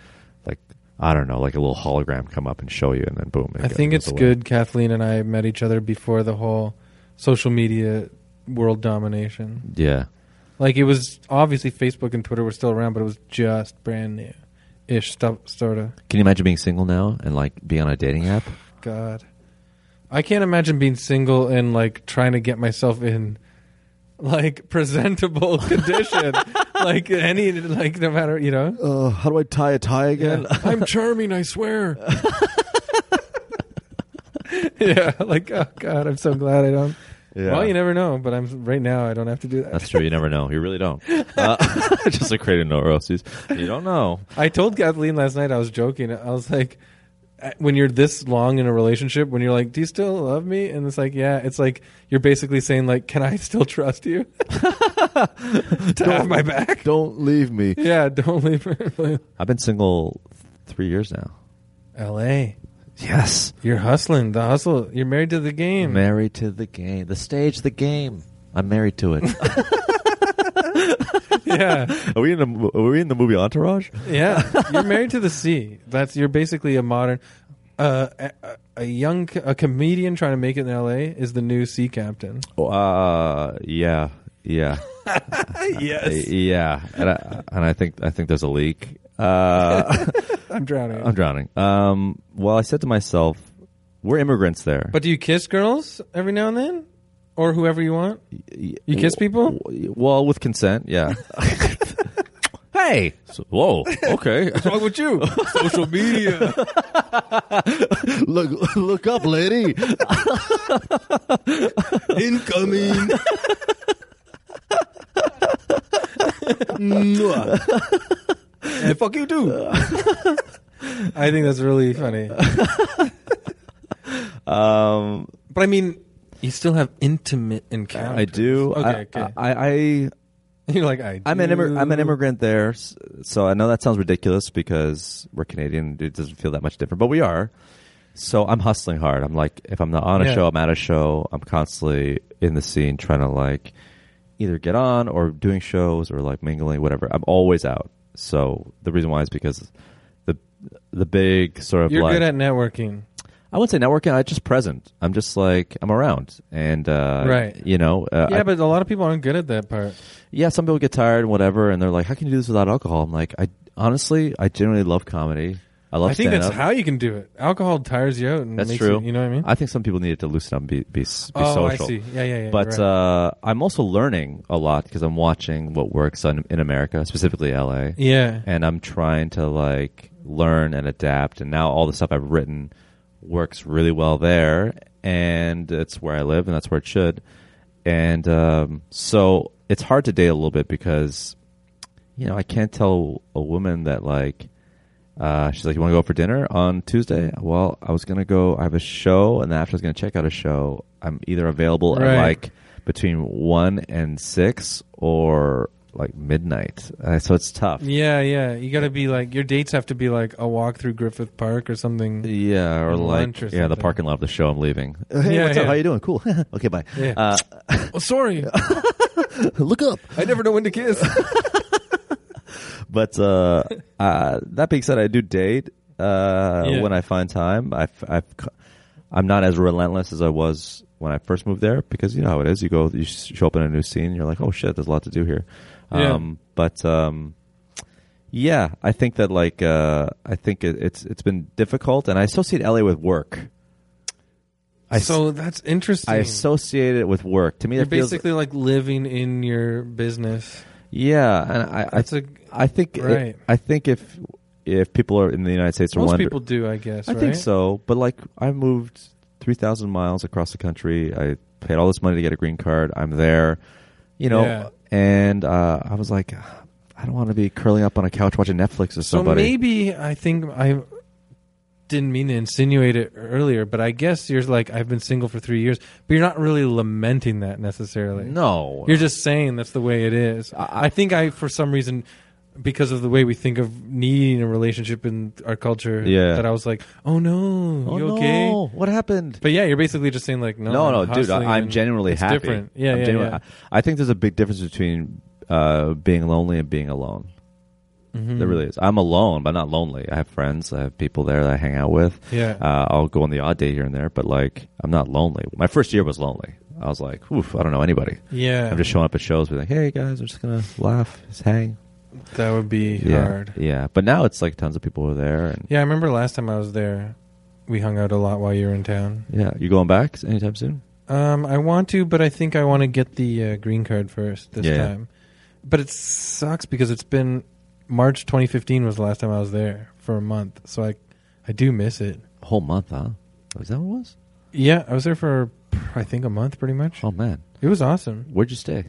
Speaker 2: like, I don't know, like a little hologram come up and show you and then boom. it
Speaker 1: I
Speaker 2: goes-
Speaker 1: think
Speaker 2: goes
Speaker 1: it's
Speaker 2: away.
Speaker 1: good Kathleen and I met each other before the whole social media world domination.
Speaker 2: Yeah.
Speaker 1: Like it was obviously Facebook and Twitter were still around, but it was just brand new ish stuff, sort of.
Speaker 2: Can you imagine being single now and like being on a dating app?
Speaker 1: God, I can't imagine being single and like trying to get myself in like presentable condition, like any like no matter you know.
Speaker 3: Uh, how do I tie a tie again?
Speaker 1: Yeah. I'm charming, I swear. yeah, like oh god, I'm so glad I don't. Well, you never know, but I'm right now. I don't have to do that.
Speaker 2: That's true. You never know. You really don't. Uh, just like creating neuroses. You don't know.
Speaker 1: I told Kathleen last night I was joking. I was like, uh, when you're this long in a relationship, when you're like, "Do you still love me?" and it's like, "Yeah," it's like you're basically saying like, "Can I still trust you to have my back?"
Speaker 3: Don't leave me.
Speaker 1: Yeah, don't leave. her.
Speaker 2: I've been single th- three years now.
Speaker 1: L.A.
Speaker 2: Yes.
Speaker 1: You're hustling. The hustle. You're married to the game.
Speaker 2: Married to the game. The stage, the game. I'm married to it.
Speaker 1: Yeah,
Speaker 2: are we in the Are we in the movie Entourage?
Speaker 1: yeah. You're married to the sea. That's you're basically a modern. Uh, a, a- a young co- a comedian trying to make it in L.A. is the new sea captain.
Speaker 2: Oh, uh, yeah, yeah, Uh, yeah. And I, and I think I think there's a leak. Uh,
Speaker 1: I'm drowning.
Speaker 2: I'm drowning. Um, well, I said to myself, we're immigrants there.
Speaker 1: But do you kiss girls every now and then, or whoever you want?
Speaker 2: you
Speaker 1: You kiss people?
Speaker 2: Well, with consent, yeah. hey. So- whoa. Okay.
Speaker 1: What's wrong with you? Social media.
Speaker 3: Look, look up, lady. Incoming. Mwah.
Speaker 1: the fuck you do? I think that's really funny.
Speaker 2: Um,
Speaker 1: But I mean, you still have intimate encounters.
Speaker 2: I do.
Speaker 1: Okay,
Speaker 2: I,
Speaker 1: okay.
Speaker 2: I, I,
Speaker 1: You're like I.
Speaker 2: I'm an immig-
Speaker 1: do.
Speaker 2: I'm an immigrant there, s- so I know that sounds ridiculous because we're Canadian. It doesn't feel that much different, but we are. So I'm hustling hard. I'm like, if I'm not on a
Speaker 1: Yeah.
Speaker 2: show, I'm at a show. I'm constantly in the scene trying to like either get on or doing shows or like mingling, whatever. I'm always out. So the reason why is because the the big sort of
Speaker 1: You're
Speaker 2: like
Speaker 1: good at networking.
Speaker 2: I wouldn't say networking. I just present. I'm just like I'm around and uh,
Speaker 1: Right.
Speaker 2: You know, uh,
Speaker 1: yeah,
Speaker 2: I-
Speaker 1: but a lot of people aren't good at that part.
Speaker 2: yeah, some people get tired and whatever, and they're like, "How can you do this without alcohol?" I'm like, I honestly, I genuinely love comedy. I love.
Speaker 1: I think that's
Speaker 2: stand-up.
Speaker 1: how you can do it. Alcohol tires you out. And
Speaker 2: That's
Speaker 1: makes
Speaker 2: true.
Speaker 1: You, you know what I mean?
Speaker 2: I think some people need to loosen up, and be be, s- be
Speaker 1: oh,
Speaker 2: social.
Speaker 1: I see. Yeah, yeah, yeah.
Speaker 2: But
Speaker 1: right.
Speaker 2: uh, I'm also learning a lot because I'm watching what works on, in America, specifically LA,
Speaker 1: yeah,
Speaker 2: and I'm trying to like learn and adapt. And now all the stuff I've written works really well there, and it's where I live, and that's where it should. and um, so it's hard to date a little bit because you know I can't tell a woman that like uh, she's like, "You want to go out for dinner on Tuesday?" Well, I was gonna go. I have a show, and then after I was gonna check out a show. I'm either available
Speaker 1: Right.
Speaker 2: at like between one and six, or like midnight. Uh, so it's tough.
Speaker 1: Yeah, yeah. You got to be like your dates have to be like a walk through Griffith Park or something.
Speaker 2: Yeah, or
Speaker 1: Or
Speaker 2: like
Speaker 1: lunch or
Speaker 2: yeah, the
Speaker 1: something.
Speaker 2: parking lot of the show. I'm leaving.
Speaker 3: Hey,
Speaker 1: Yeah,
Speaker 3: what's
Speaker 1: yeah.
Speaker 3: up? How you doing? Cool. okay, bye.
Speaker 1: Yeah.
Speaker 2: Uh,
Speaker 1: oh, sorry,
Speaker 3: Look up.
Speaker 1: I never know when to kiss.
Speaker 2: but uh, uh, that being said, I do date uh,
Speaker 1: Yeah.
Speaker 2: when I find time. I, am not as relentless as I was when I first moved there because you know how it is. You go, you sh- show up in a new scene, you're like, oh shit, there's a lot to do here.
Speaker 1: Yeah.
Speaker 2: Um, but um, yeah, I think that like uh, I think it, it's it's been difficult, and I associate LA with work. I s-
Speaker 1: so that's interesting.
Speaker 2: I associate it with work. To me,
Speaker 1: You're
Speaker 2: it feels
Speaker 1: basically like living in your business.
Speaker 2: yeah, and I I,
Speaker 1: That's a
Speaker 2: I think it-
Speaker 1: Right.
Speaker 2: I think if if people are in the United States are
Speaker 1: most
Speaker 2: wonder-
Speaker 1: people do, I guess.
Speaker 2: I
Speaker 1: right?
Speaker 2: think so, but like I moved three thousand miles across the country. I paid all this money to get a green card. I'm there, you know,
Speaker 1: Yeah.
Speaker 2: and uh, I was like, I don't want to be curling up on a couch watching Netflix with
Speaker 1: So
Speaker 2: somebody.
Speaker 1: maybe I think I didn't mean to insinuate it earlier, but I guess you're like I've been single for three years, but you're not really lamenting that necessarily.
Speaker 2: no,
Speaker 1: You're just saying that's the way it is. I,
Speaker 2: I-
Speaker 1: think I, for some reason, because of the way we think of needing a relationship in our culture,
Speaker 2: Yeah.
Speaker 1: that I was like, oh no,
Speaker 2: oh,
Speaker 1: you okay?
Speaker 2: no. What happened?
Speaker 1: But yeah, you're basically just saying like, no,
Speaker 2: no,
Speaker 1: I'm
Speaker 2: no, dude,
Speaker 1: hustling
Speaker 2: I, I'm
Speaker 1: and
Speaker 2: genuinely
Speaker 1: it's
Speaker 2: happy.
Speaker 1: Different. Yeah,
Speaker 2: I'm
Speaker 1: yeah,
Speaker 2: genuinely-
Speaker 1: yeah.
Speaker 2: I, I think there's a big difference between uh, being lonely and being alone.
Speaker 1: Mhm.
Speaker 2: There really is. I'm alone, but not lonely. I have friends. I have people there that I hang out with.
Speaker 1: Yeah.
Speaker 2: Uh, I'll go on the odd day here and there, but like I'm not lonely. My first year was lonely. I was like, oof, I don't know anybody.
Speaker 1: yeah,
Speaker 2: I'm just showing up at shows, be like, hey guys, we're just gonna laugh, just hang.
Speaker 1: that would be
Speaker 2: Yeah,
Speaker 1: hard.
Speaker 2: yeah. But now it's like tons of people are there, and
Speaker 1: Yeah, I remember last time I was there, we hung out a lot while you were in town.
Speaker 2: yeah, you going back anytime soon?
Speaker 1: Um, I want to, but I think I want to get the uh, green card first this
Speaker 2: Yeah.
Speaker 1: time. But it sucks because it's been March 2015 was the last time I was there for a month, so I I do miss it.
Speaker 2: Whole month, huh? Is that what it was?
Speaker 1: Yeah, I was there for I think a month pretty much.
Speaker 2: Oh man,
Speaker 1: It was awesome.
Speaker 2: where'd you stay?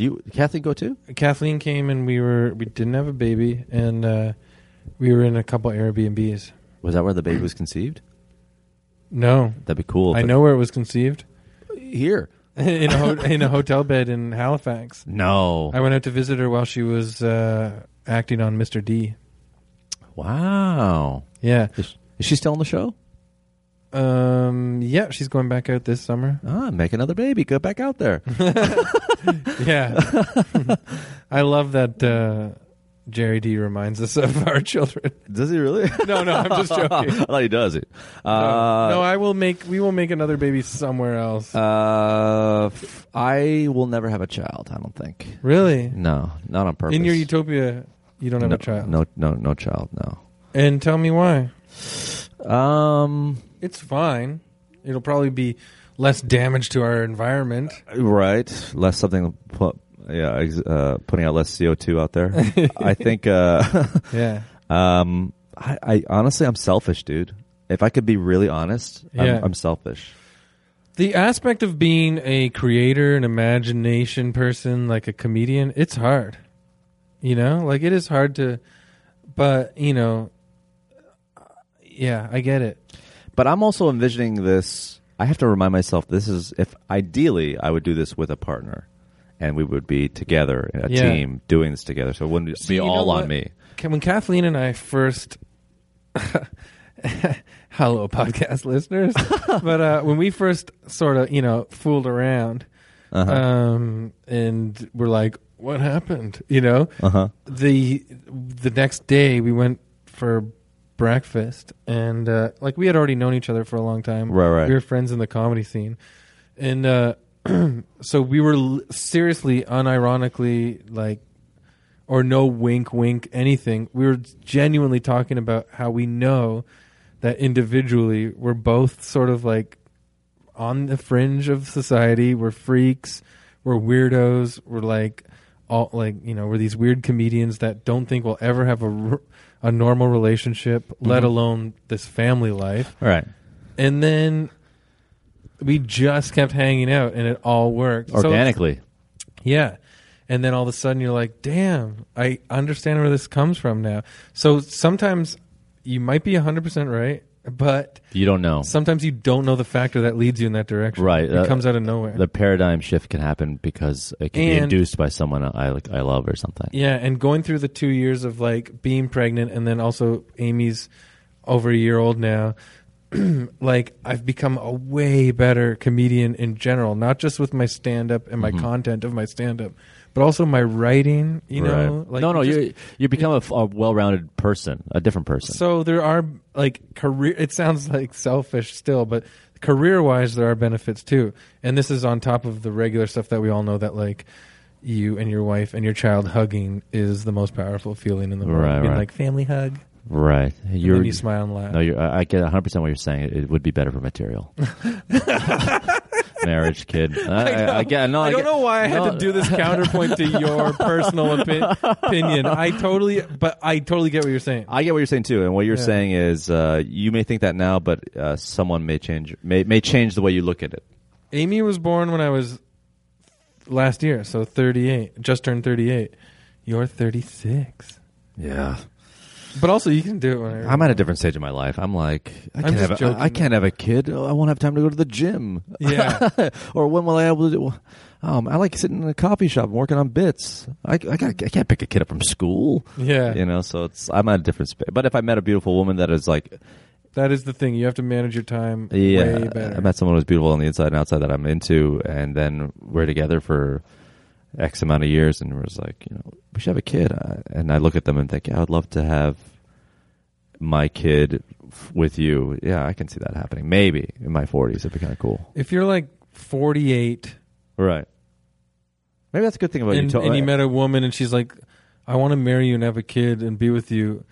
Speaker 2: You Kathleen go too?
Speaker 1: Kathleen came and we were we didn't have a baby and uh, we were in a couple Airbnbs.
Speaker 2: Was that where the baby was conceived?
Speaker 1: No,
Speaker 2: That'd be cool. if
Speaker 1: I
Speaker 2: it-
Speaker 1: know where it was conceived
Speaker 2: here.
Speaker 1: in a ho- in a hotel bed in Halifax.
Speaker 2: No.
Speaker 1: I went out to visit her while she was uh, acting on Mr. D.
Speaker 2: wow.
Speaker 1: Yeah.
Speaker 2: Is, is she still on the show?
Speaker 1: Um. Yeah, she's going back out this summer.
Speaker 2: Ah, make another baby. Go back out there.
Speaker 1: Yeah, I love that uh, Jerry D reminds us of our children.
Speaker 2: Does he really?
Speaker 1: No, no, I'm just joking.
Speaker 2: I thought he does it.
Speaker 1: no, no,
Speaker 2: Uh,
Speaker 1: I will make. We will make another baby somewhere else.
Speaker 2: uh, f- I will never have a child. I don't think.
Speaker 1: really?
Speaker 2: No, not on purpose.
Speaker 1: In your utopia, you don't have
Speaker 2: no,
Speaker 1: a child.
Speaker 2: No, no, no child. No.
Speaker 1: And tell me why.
Speaker 2: Um.
Speaker 1: It's fine. It'll probably be less damage to our environment.
Speaker 2: Right. Less something. Put, yeah. Ex- uh, putting out less CO two out there. I think. Uh,
Speaker 1: Yeah.
Speaker 2: um. I, I honestly, I'm selfish, dude. If I could be really honest,
Speaker 1: Yeah.
Speaker 2: I'm, I'm selfish.
Speaker 1: The aspect of being a creator, an imagination person, like a comedian, it's hard. You know, like it is hard to, but you know, yeah, I get it.
Speaker 2: But I'm also envisioning this. I have to remind myself this is if ideally I would do this with a partner, and we would be together, a
Speaker 1: Yeah.
Speaker 2: team doing this together. So it wouldn't
Speaker 1: See,
Speaker 2: be
Speaker 1: you
Speaker 2: all
Speaker 1: know
Speaker 2: on
Speaker 1: what?
Speaker 2: me.
Speaker 1: Ca- When Kathleen and I first, hello podcast listeners, but uh, when we first sort of you know fooled around,
Speaker 2: Uh-huh.
Speaker 1: um, and we're like, what happened? You know,
Speaker 2: Uh huh.
Speaker 1: the the next day we went for breakfast and uh, like we had already known each other for a long time
Speaker 2: Right, right.
Speaker 1: we were friends in the comedy scene and uh, so we were l- seriously unironically like or no wink wink anything we were genuinely talking about how we know that individually we're both sort of like on the fringe of society we're freaks we're weirdos we're like all like you know we're these weird comedians that don't think we'll ever have a, r- a normal relationship let alone this family life
Speaker 2: All right.
Speaker 1: and then we just kept hanging out, and it all worked So-
Speaker 2: organically.
Speaker 1: yeah. And then all of a sudden you're like, damn, I understand where this comes from now. So sometimes you might be 100% right, but
Speaker 2: you don't know.
Speaker 1: sometimes you don't know the factor that leads you in that direction.
Speaker 2: Right,
Speaker 1: It
Speaker 2: uh,
Speaker 1: comes out of nowhere.
Speaker 2: The paradigm shift can happen because it can be
Speaker 1: And-
Speaker 2: induced by someone I like, I love or something.
Speaker 1: yeah. And going through the two years of like being pregnant and then also Amy's over a year old now. like I've become a way better comedian in general, not just with my stand up and my
Speaker 2: Mm-hmm.
Speaker 1: content of my stand up, but also my writing, you know.
Speaker 2: Right. no, no,
Speaker 1: just-
Speaker 2: you you become a f- a, well-rounded person, a different person.
Speaker 1: So there are like career. It sounds like selfish still, but career wise, there are benefits too. And this is on top of the regular stuff that we all know that like you and your wife and your child hugging is the most powerful feeling in the world.
Speaker 2: Right,
Speaker 1: I mean,
Speaker 2: right.
Speaker 1: like family hug,
Speaker 2: right,
Speaker 1: you
Speaker 2: you're
Speaker 1: and you smile and laugh.
Speaker 2: no, you're, I I get 100 percent what you're saying. It, it would be better for material. Marriage, kid. I, I, I get. No,
Speaker 1: I don't
Speaker 2: get-
Speaker 1: know why I had
Speaker 2: no.
Speaker 1: to do this counterpoint to your personal opi- opinion. I totally, but I totally get what you're saying.
Speaker 2: I get what you're saying too, and what you're
Speaker 1: Yeah.
Speaker 2: saying is uh, you may think that now, but uh, someone may change may, may change the way you look at it.
Speaker 1: Amy was born when I was last year, so 38, just turned 38. You're 36.
Speaker 2: Yeah,
Speaker 1: But also, you can do it whenever.
Speaker 2: I'm at a different stage of my life. I'm like, I
Speaker 1: I'm
Speaker 2: can't,
Speaker 1: just
Speaker 2: have a, I, I
Speaker 1: joking.
Speaker 2: can't have a kid. Oh, I won't have time to go to the gym.
Speaker 1: Yeah.
Speaker 2: or when will I able to? Do, um, I like sitting in a coffee shop and working on bits. I, I, got, I can't pick a kid up from school.
Speaker 1: Yeah.
Speaker 2: You know, so it's I'm at a different space. But if I met a beautiful woman that is like,
Speaker 1: that is the thing. You have to manage your time way
Speaker 2: yeah,
Speaker 1: better.
Speaker 2: I met someone who's beautiful on the inside and outside that I'm into, and then we're together for X amount of years, and we're just like, you know, we should have a kid. I, and I look at them and think, yeah, I would love to have my kid f- with you. Yeah, I can see that happening. Maybe in my 40s, it'd be kind of cool.
Speaker 1: if you're like 48
Speaker 2: Right. Maybe that's a good thing about
Speaker 1: and,
Speaker 2: you.
Speaker 1: and you met a woman and she's like, I want to marry you and have a kid and be with you,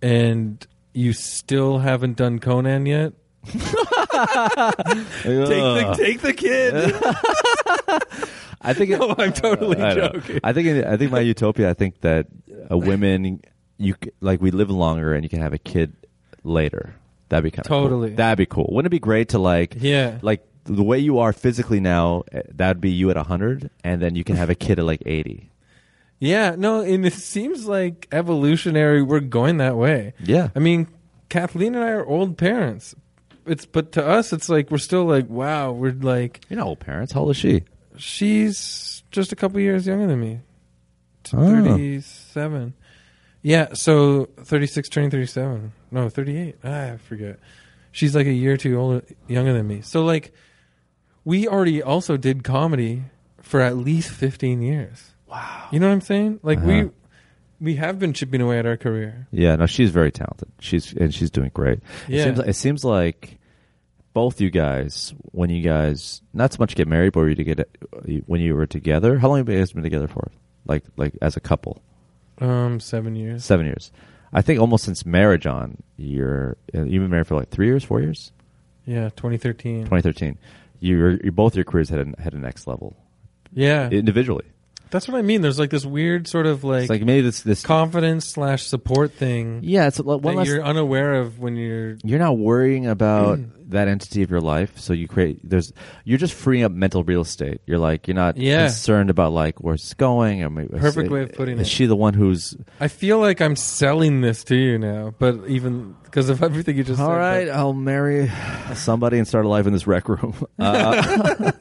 Speaker 1: and you still haven't done Conan yet, take, the, take the kid.
Speaker 2: I think it,
Speaker 1: no, I'm totally
Speaker 2: I know.
Speaker 1: joking.
Speaker 2: I think in, I think my utopia. I think that uh, women, you c- like we live longer and you can have a kid later. That'd be kind of
Speaker 1: Totally.
Speaker 2: Cool. That'd be cool. Wouldn't it be great to like
Speaker 1: Yeah.
Speaker 2: like the way you are physically now? eh, That'd be you at hundred, and then you can have a kid at like eighty.
Speaker 1: Yeah, no, and it seems like evolutionary. We're going that way.
Speaker 2: Yeah.
Speaker 1: I mean, Kathleen and I are old parents. It's but to us, it's like we're still like, wow, we're like
Speaker 2: You're not old parents. How old is she?
Speaker 1: she's just a couple years younger than me, T-
Speaker 2: Oh.
Speaker 1: thirty-seven. Yeah, so thirty-six turning thirty-seven. No, thirty-eight. Ah, I forget. She's like a year or two older, younger than me. So like, we already also did comedy for at least fifteen years.
Speaker 2: Wow.
Speaker 1: You know what I'm saying? Like
Speaker 2: Uh-huh.
Speaker 1: we we have been chipping away at our career.
Speaker 2: Yeah, no, she's very talented. She's and she's doing great. It
Speaker 1: Yeah.
Speaker 2: seems, it seems like both you guys, when you guys not so much get married, but were you to get when you were together. How long have you guys been together for? Like like as a couple,
Speaker 1: Um, seven years.
Speaker 2: seven years. I think almost since marriage on you're you've been married for like three years, four years,
Speaker 1: Yeah, 2013.
Speaker 2: twenty thirteen. You're, you both your careers had a, had a next level
Speaker 1: Yeah,
Speaker 2: individually.
Speaker 1: that's what I mean. There's like this weird sort of like,
Speaker 2: it's like maybe this this
Speaker 1: confidence slash support thing
Speaker 2: yeah. It's like one
Speaker 1: that
Speaker 2: less
Speaker 1: you're unaware of when you're.
Speaker 2: you're not worrying about
Speaker 1: Mm.
Speaker 2: that entity of your life so you create there's you're just freeing up mental real estate you're like you're not
Speaker 1: Yeah.
Speaker 2: concerned about like where's this going or maybe,
Speaker 1: Perfect
Speaker 2: is,
Speaker 1: way of putting
Speaker 2: is
Speaker 1: it.
Speaker 2: she the one who's
Speaker 1: I feel like I'm selling this to you now, but even because of everything you just.
Speaker 2: all
Speaker 1: said,
Speaker 2: right i'll marry somebody and start a life in this rec room uh,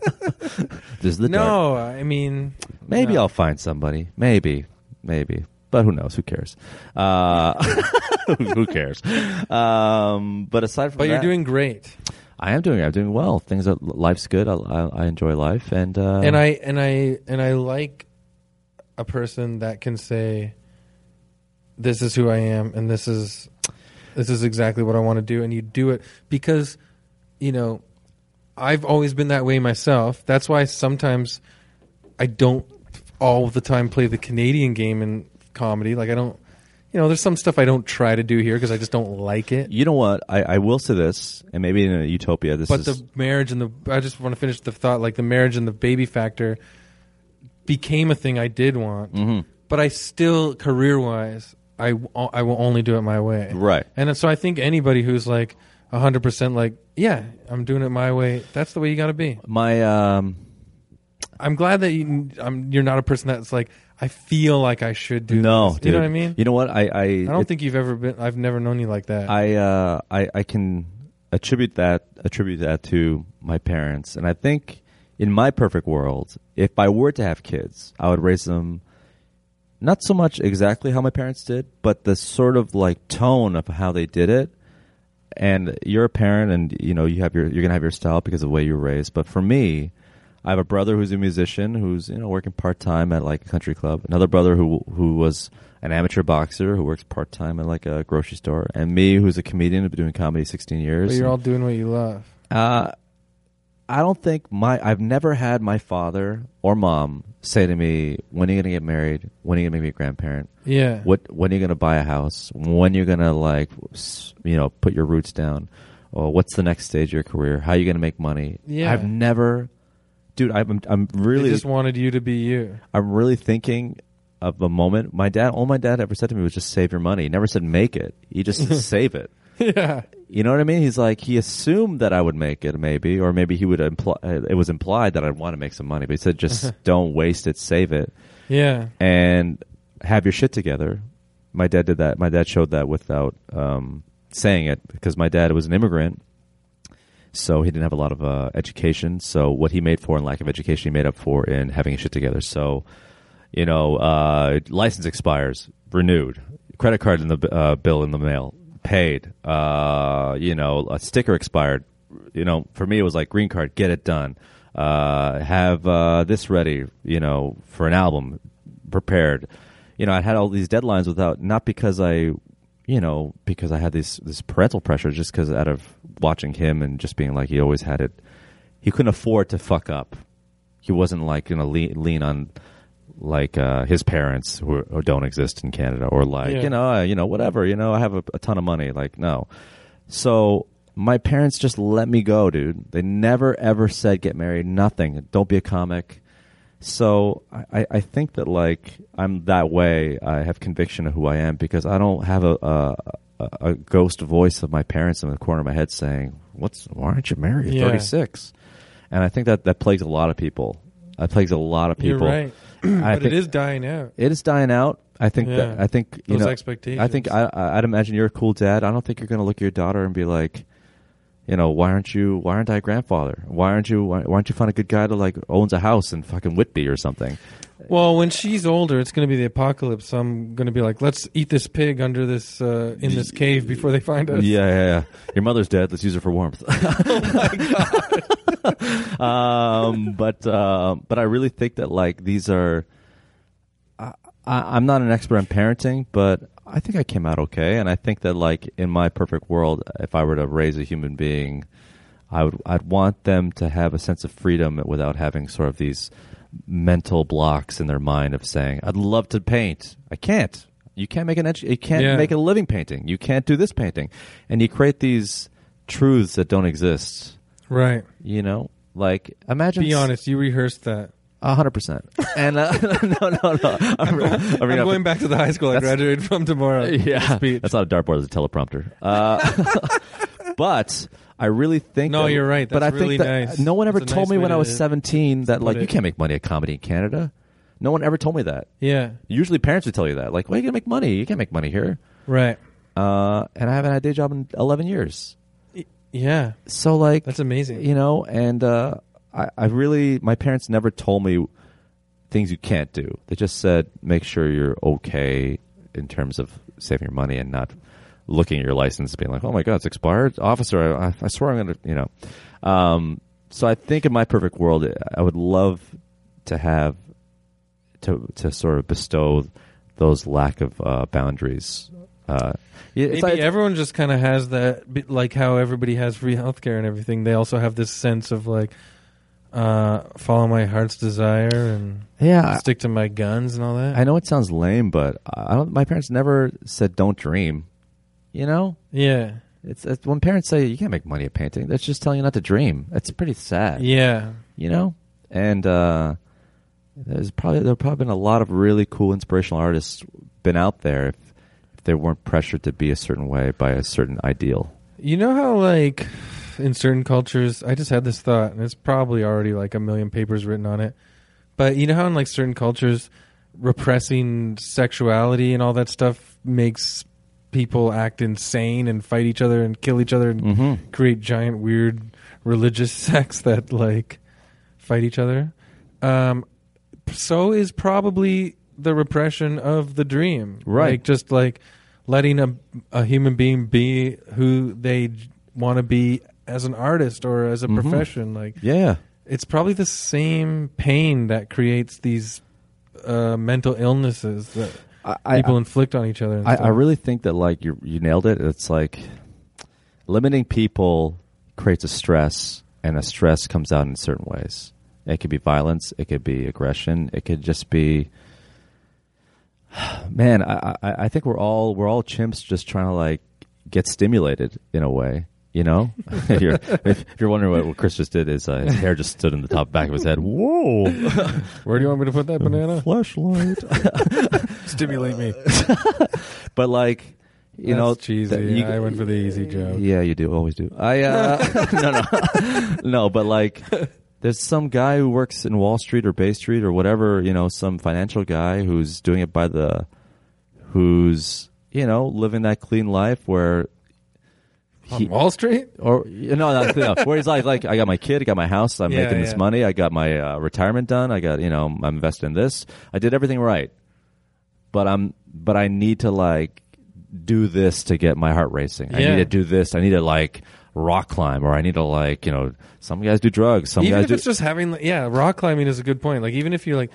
Speaker 2: there's the
Speaker 1: But,
Speaker 2: dark.
Speaker 1: no, I mean
Speaker 2: maybe
Speaker 1: no.
Speaker 2: i'll find somebody maybe maybe but who knows who cares uh, who cares um, but aside from
Speaker 1: But you're
Speaker 2: that-
Speaker 1: doing great,
Speaker 2: i am doing i'm doing well things are life's good i, I, I enjoy life and uh,
Speaker 1: and I and I and I like a person that can say, "This is who I am, and this is this is exactly what I want to do," and you do it because you know I've always been that way myself. That's why sometimes I don't all the time play the Canadian game in comedy. Like I don't, you know, there's some stuff I don't try to do here because I just don't like it.
Speaker 2: You know what? I, I will say this, and maybe in a utopia, this
Speaker 1: but
Speaker 2: is
Speaker 1: the marriage and the I just want to finish the thought like the marriage and the baby factor became a thing I did want,
Speaker 2: Mm-hmm.
Speaker 1: but I still career wise I w- I will only do it my way,
Speaker 2: Right.
Speaker 1: And so I think anybody who's like hundred percent like, yeah, I'm doing it my way. That's the way you got to be.
Speaker 2: My um,
Speaker 1: I'm glad that you, I'm, you're not a person that's like, I feel like I should do.
Speaker 2: no,
Speaker 1: this. you
Speaker 2: dude.
Speaker 1: know what I mean.
Speaker 2: You know what? I I,
Speaker 1: I don't think you've ever been. I've never known you like that.
Speaker 2: I uh, I I can attribute that attribute that to my parents, and I think in my perfect world, if I were to have kids, I would raise them not so much exactly how my parents did, but the sort of like tone of how they did it. And you're a parent, and you know you have your you're gonna have your style because of the way you were raised. But for me, I have a brother who's a musician who's you know working part time at like a country club. Another brother who who was an amateur boxer who works part time at like a grocery store, and me who's a comedian who's been doing comedy 16 years.
Speaker 1: but you're all doing what you love.
Speaker 2: Uh, I don't think my I've never had my father or mom say to me, "When are you gonna get married? When are you gonna be a grandparent?
Speaker 1: Yeah.
Speaker 2: What when are you gonna buy a house? When you're gonna like s- you know put your roots down? Or what's the next stage of your career? How are you gonna make money?
Speaker 1: Yeah.
Speaker 2: I've never, dude. I'm I'm
Speaker 1: They
Speaker 2: really
Speaker 1: just wanted you to be you.
Speaker 2: I'm really thinking of a moment. My dad, all my dad ever said to me was just save your money. He never said make it. He just said save it.
Speaker 1: yeah.
Speaker 2: You know what I mean? He's like he assumed that I would make it, maybe, or maybe he would imply. It was implied that I'd want to make some money, but he said just don't waste it, save it,
Speaker 1: Yeah.
Speaker 2: and have your shit together. My dad did that. My dad showed that without um, saying it because my dad was an immigrant, so he didn't have a lot of uh, education. So what he made for in lack of education, he made up for in having his shit together. So you know, uh, license expires, renewed, credit card in the uh, bill in the mail, paid. Uh, you know, a sticker expired. You know, for me it was like green card, get it done. Uh, have uh, this ready. You know, for an album prepared. You know, I had all these deadlines without not because I, you know, because I had this this parental pressure, just because out of watching him and just being like he always had it. He couldn't afford to fuck up. He wasn't like gonna lean, lean on like uh, his parents who, who don't exist in Canada, or like
Speaker 1: Yeah.
Speaker 2: you know, uh, you know, whatever. You know, I have a, a ton of money. Like no, so my parents just let me go, dude. They never ever said get married. Nothing. Don't be a comic. So I, I- I think that like I'm that way. I have conviction of who I am because I don't have a a, a- a ghost voice of my parents in the corner of my head saying, "What's why aren't you married?
Speaker 1: Yeah.
Speaker 2: 36." And I think that that plagues a lot of people. That plagues a lot of people.
Speaker 1: You're right.
Speaker 2: I
Speaker 1: but it
Speaker 2: think-
Speaker 1: is dying out.
Speaker 2: it is dying out. I think that
Speaker 1: Yeah.
Speaker 2: I think you
Speaker 1: Those
Speaker 2: know,
Speaker 1: expectations.
Speaker 2: I think I, I- I'd imagine you're a cool dad. I don't think you're going to look at your daughter and be like, you know, why aren't you? Why aren't I a grandfather? Why aren't you? Why, why don't you find a good guy to like owns a house in fucking Whitby or something?
Speaker 1: Well, when she's older, it's going to be the apocalypse. So I'm going to be like, let's eat this pig under this uh, in this cave before they find us.
Speaker 2: Yeah, yeah, yeah. Your mother's dead. Let's use her for warmth. um, but um but I really think that like these are. I, I, I'm not an expert on parenting, but I think I came out okay, and I think that like in my perfect world, if I were to raise a human being, I would I'd want them to have a sense of freedom without having sort of these mental blocks in their mind of saying, "I'd love to paint, I can't." You can't make an edu- you can't
Speaker 1: Yeah.
Speaker 2: make a living painting. You can't do this painting, and you create these truths that don't exist.
Speaker 1: Right.
Speaker 2: You know, like imagine
Speaker 1: Be honest. You rehearsed that.
Speaker 2: a hundred percent. And uh, no, no, no. I'm,
Speaker 1: I'm
Speaker 2: I'm reading off
Speaker 1: going back to the high school I
Speaker 2: That's-
Speaker 1: graduated from tomorrow.
Speaker 2: yeah,
Speaker 1: Speech.
Speaker 2: that's not a dartboard; it's a teleprompter. Uh, but I really think.
Speaker 1: No,
Speaker 2: that-
Speaker 1: you're right.
Speaker 2: but I
Speaker 1: That's
Speaker 2: think
Speaker 1: really
Speaker 2: that
Speaker 1: nice.
Speaker 2: no one ever
Speaker 1: That's a
Speaker 2: told
Speaker 1: nice
Speaker 2: me
Speaker 1: way
Speaker 2: when I
Speaker 1: to-
Speaker 2: was 17 that like
Speaker 1: put
Speaker 2: you
Speaker 1: it.
Speaker 2: can't make money at comedy in Canada. No one ever told me that.
Speaker 1: yeah.
Speaker 2: Usually, parents would tell you that. Like, well, you can make money. You can't make money here.
Speaker 1: Right.
Speaker 2: Uh, and I haven't had a day job in 11 years.
Speaker 1: Yeah.
Speaker 2: So like
Speaker 1: That's amazing.
Speaker 2: you know, and uh, I, I really, my parents never told me things you can't do. They just said, make sure you're okay in terms of saving your money and not looking at your license, being like, oh my god, it's expired, officer. I, I swear I'm gonna, you know. Um, so I think in my perfect world, I would love to have to to sort of bestow those lack of uh, boundaries. Uh, yeah, it's
Speaker 1: Maybe
Speaker 2: like-
Speaker 1: everyone just kind of has that, bit like how everybody has free healthcare and everything. They also have this sense of like, uh, follow my heart's desire and
Speaker 2: yeah,
Speaker 1: stick to my guns and all that.
Speaker 2: I know it sounds lame, but I don't. My parents never said don't dream. You know,
Speaker 1: yeah,
Speaker 2: it's, it's when parents say you can't make money at painting. That's just telling you not to dream. That's pretty sad.
Speaker 1: yeah,
Speaker 2: You know, and uh, there's probably there probably been a lot of really cool inspirational artists been out there if, if they weren't pressured to be a certain way by a certain ideal.
Speaker 1: You know how like in certain cultures, I just had this thought, and it's probably already like a million papers written on it. But you know how in like certain cultures, repressing sexuality and all that stuff makes people act insane and fight each other and kill each other and
Speaker 2: Mhm.
Speaker 1: create giant weird religious sects that like fight each other. Um, so is probably the repression of the dream,
Speaker 2: Right.
Speaker 1: Like just like letting a a human being be who they want to be as an artist or as a
Speaker 2: Mhm.
Speaker 1: profession. Like
Speaker 2: Yeah.
Speaker 1: it's probably the same pain that creates these uh, mental illnesses that
Speaker 2: I,
Speaker 1: people inflict on each other. and
Speaker 2: I,
Speaker 1: stuff.
Speaker 2: I really think that like you you nailed it. It's like limiting people creates a stress, and a stress comes out in certain ways. It could be violence. It could be aggression. It could just be. Man, I, I I think we're all we're all chimps just trying to like get stimulated in a way. You know, if you're, if you're wondering what, what Chris just did, is uh, his hair just stood in the top back of his head. Whoa!
Speaker 1: Where do you want me to put that banana?
Speaker 2: Flashlight.
Speaker 1: Stimulate me.
Speaker 2: but like, you
Speaker 1: That's
Speaker 2: know,
Speaker 1: cheesy.
Speaker 2: that you-
Speaker 1: I went for the easy joke.
Speaker 2: Yeah, you do. Always do. I uh, no no no, but like there's some guy who works in Wall Street or Bay Street or whatever, you know, some financial guy who's doing it by the who's you know living that clean life where
Speaker 1: On Wall Street?
Speaker 2: or you know, not, no, where he's like, like I got my kid, I got my house, I'm
Speaker 1: Yeah,
Speaker 2: making this
Speaker 1: yeah.
Speaker 2: money, I got my uh, retirement done, I got you know, I'm invested in this, I did everything right, but I'm, but I need to like do this to get my heart racing. I
Speaker 1: Yeah.
Speaker 2: need to do this. I need to like rock climb, or I need to like you know, some guys do drugs, some
Speaker 1: even
Speaker 2: guys
Speaker 1: if
Speaker 2: do.
Speaker 1: it's just having, yeah, rock climbing is a good point. Like even if you're like,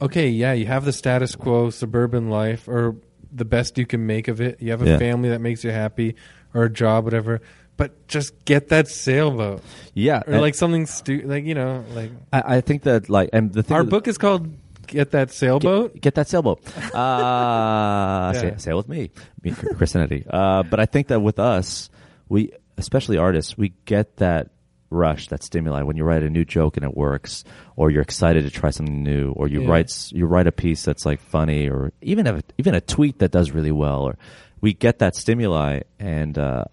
Speaker 1: okay, yeah, you have the status quo suburban life or the best you can make of it. You have a
Speaker 2: Yeah.
Speaker 1: family that makes you happy or a job, whatever. But just get that sailboat
Speaker 2: yeah,
Speaker 1: or
Speaker 2: and
Speaker 1: like something stupid, like you know, like
Speaker 2: I, I think that like, and the thing
Speaker 1: our
Speaker 2: that-
Speaker 1: book is called "Get That Sailboat."
Speaker 2: Get, get that sailboat. Uh,
Speaker 1: Yeah.
Speaker 2: say, sail with me, me Christianity. Uh, but I think that with us, we, especially artists, we get that rush, that stimuli when you write a new joke and it works, or you're excited to try something new, or you
Speaker 1: Yeah.
Speaker 2: write s- you write a piece that's like funny, or even a, even a tweet that does really well, or we get that stimuli, and uh,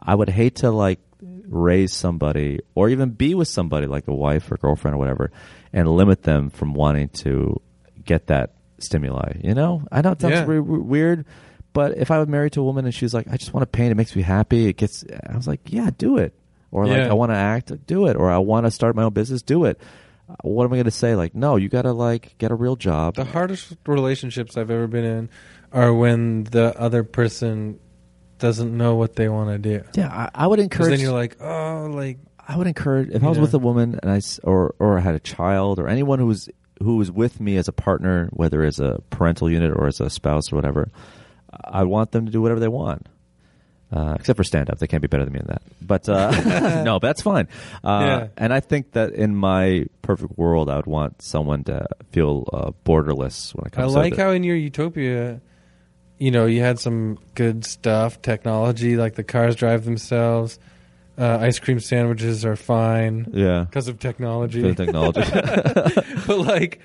Speaker 2: I would hate to like raise somebody or even be with somebody like a wife or girlfriend or whatever and limit them from wanting to get that stimuli. You know, I know it sounds
Speaker 1: Yeah.
Speaker 2: re- re- weird, but if I was married to a woman and she's like, I just want to paint, it makes me happy, it gets, I was like, yeah, do it. Or like,
Speaker 1: Yeah.
Speaker 2: I want to act, do it. Or I want to start my own business, do it. Uh, What am I going to say? Like, no, you got to like get a real job.
Speaker 1: The hardest relationships I've ever been in are when the other person doesn't know what they want to do.
Speaker 2: yeah, I, I would
Speaker 1: 'Cause
Speaker 2: encourage.
Speaker 1: then you're like, oh, like
Speaker 2: I would encourage if I was
Speaker 1: Yeah.
Speaker 2: with a woman and I s- or or I had a child or anyone who was who was with me as a partner, whether as a parental unit or as a spouse or whatever, I want them to do whatever they want. Uh, except for stand up, they can't be better than me in that. But uh, no, but that's fine. Uh,
Speaker 1: Yeah.
Speaker 2: And I think that in my perfect world, I would want someone to feel uh, borderless when it
Speaker 1: I
Speaker 2: comes. to
Speaker 1: like
Speaker 2: the-
Speaker 1: how in your utopia, you know, you had some good stuff, technology, like the cars drive themselves. Uh, ice cream sandwiches are fine
Speaker 2: yeah,
Speaker 1: because of
Speaker 2: for
Speaker 1: technology.
Speaker 2: the technology.
Speaker 1: but like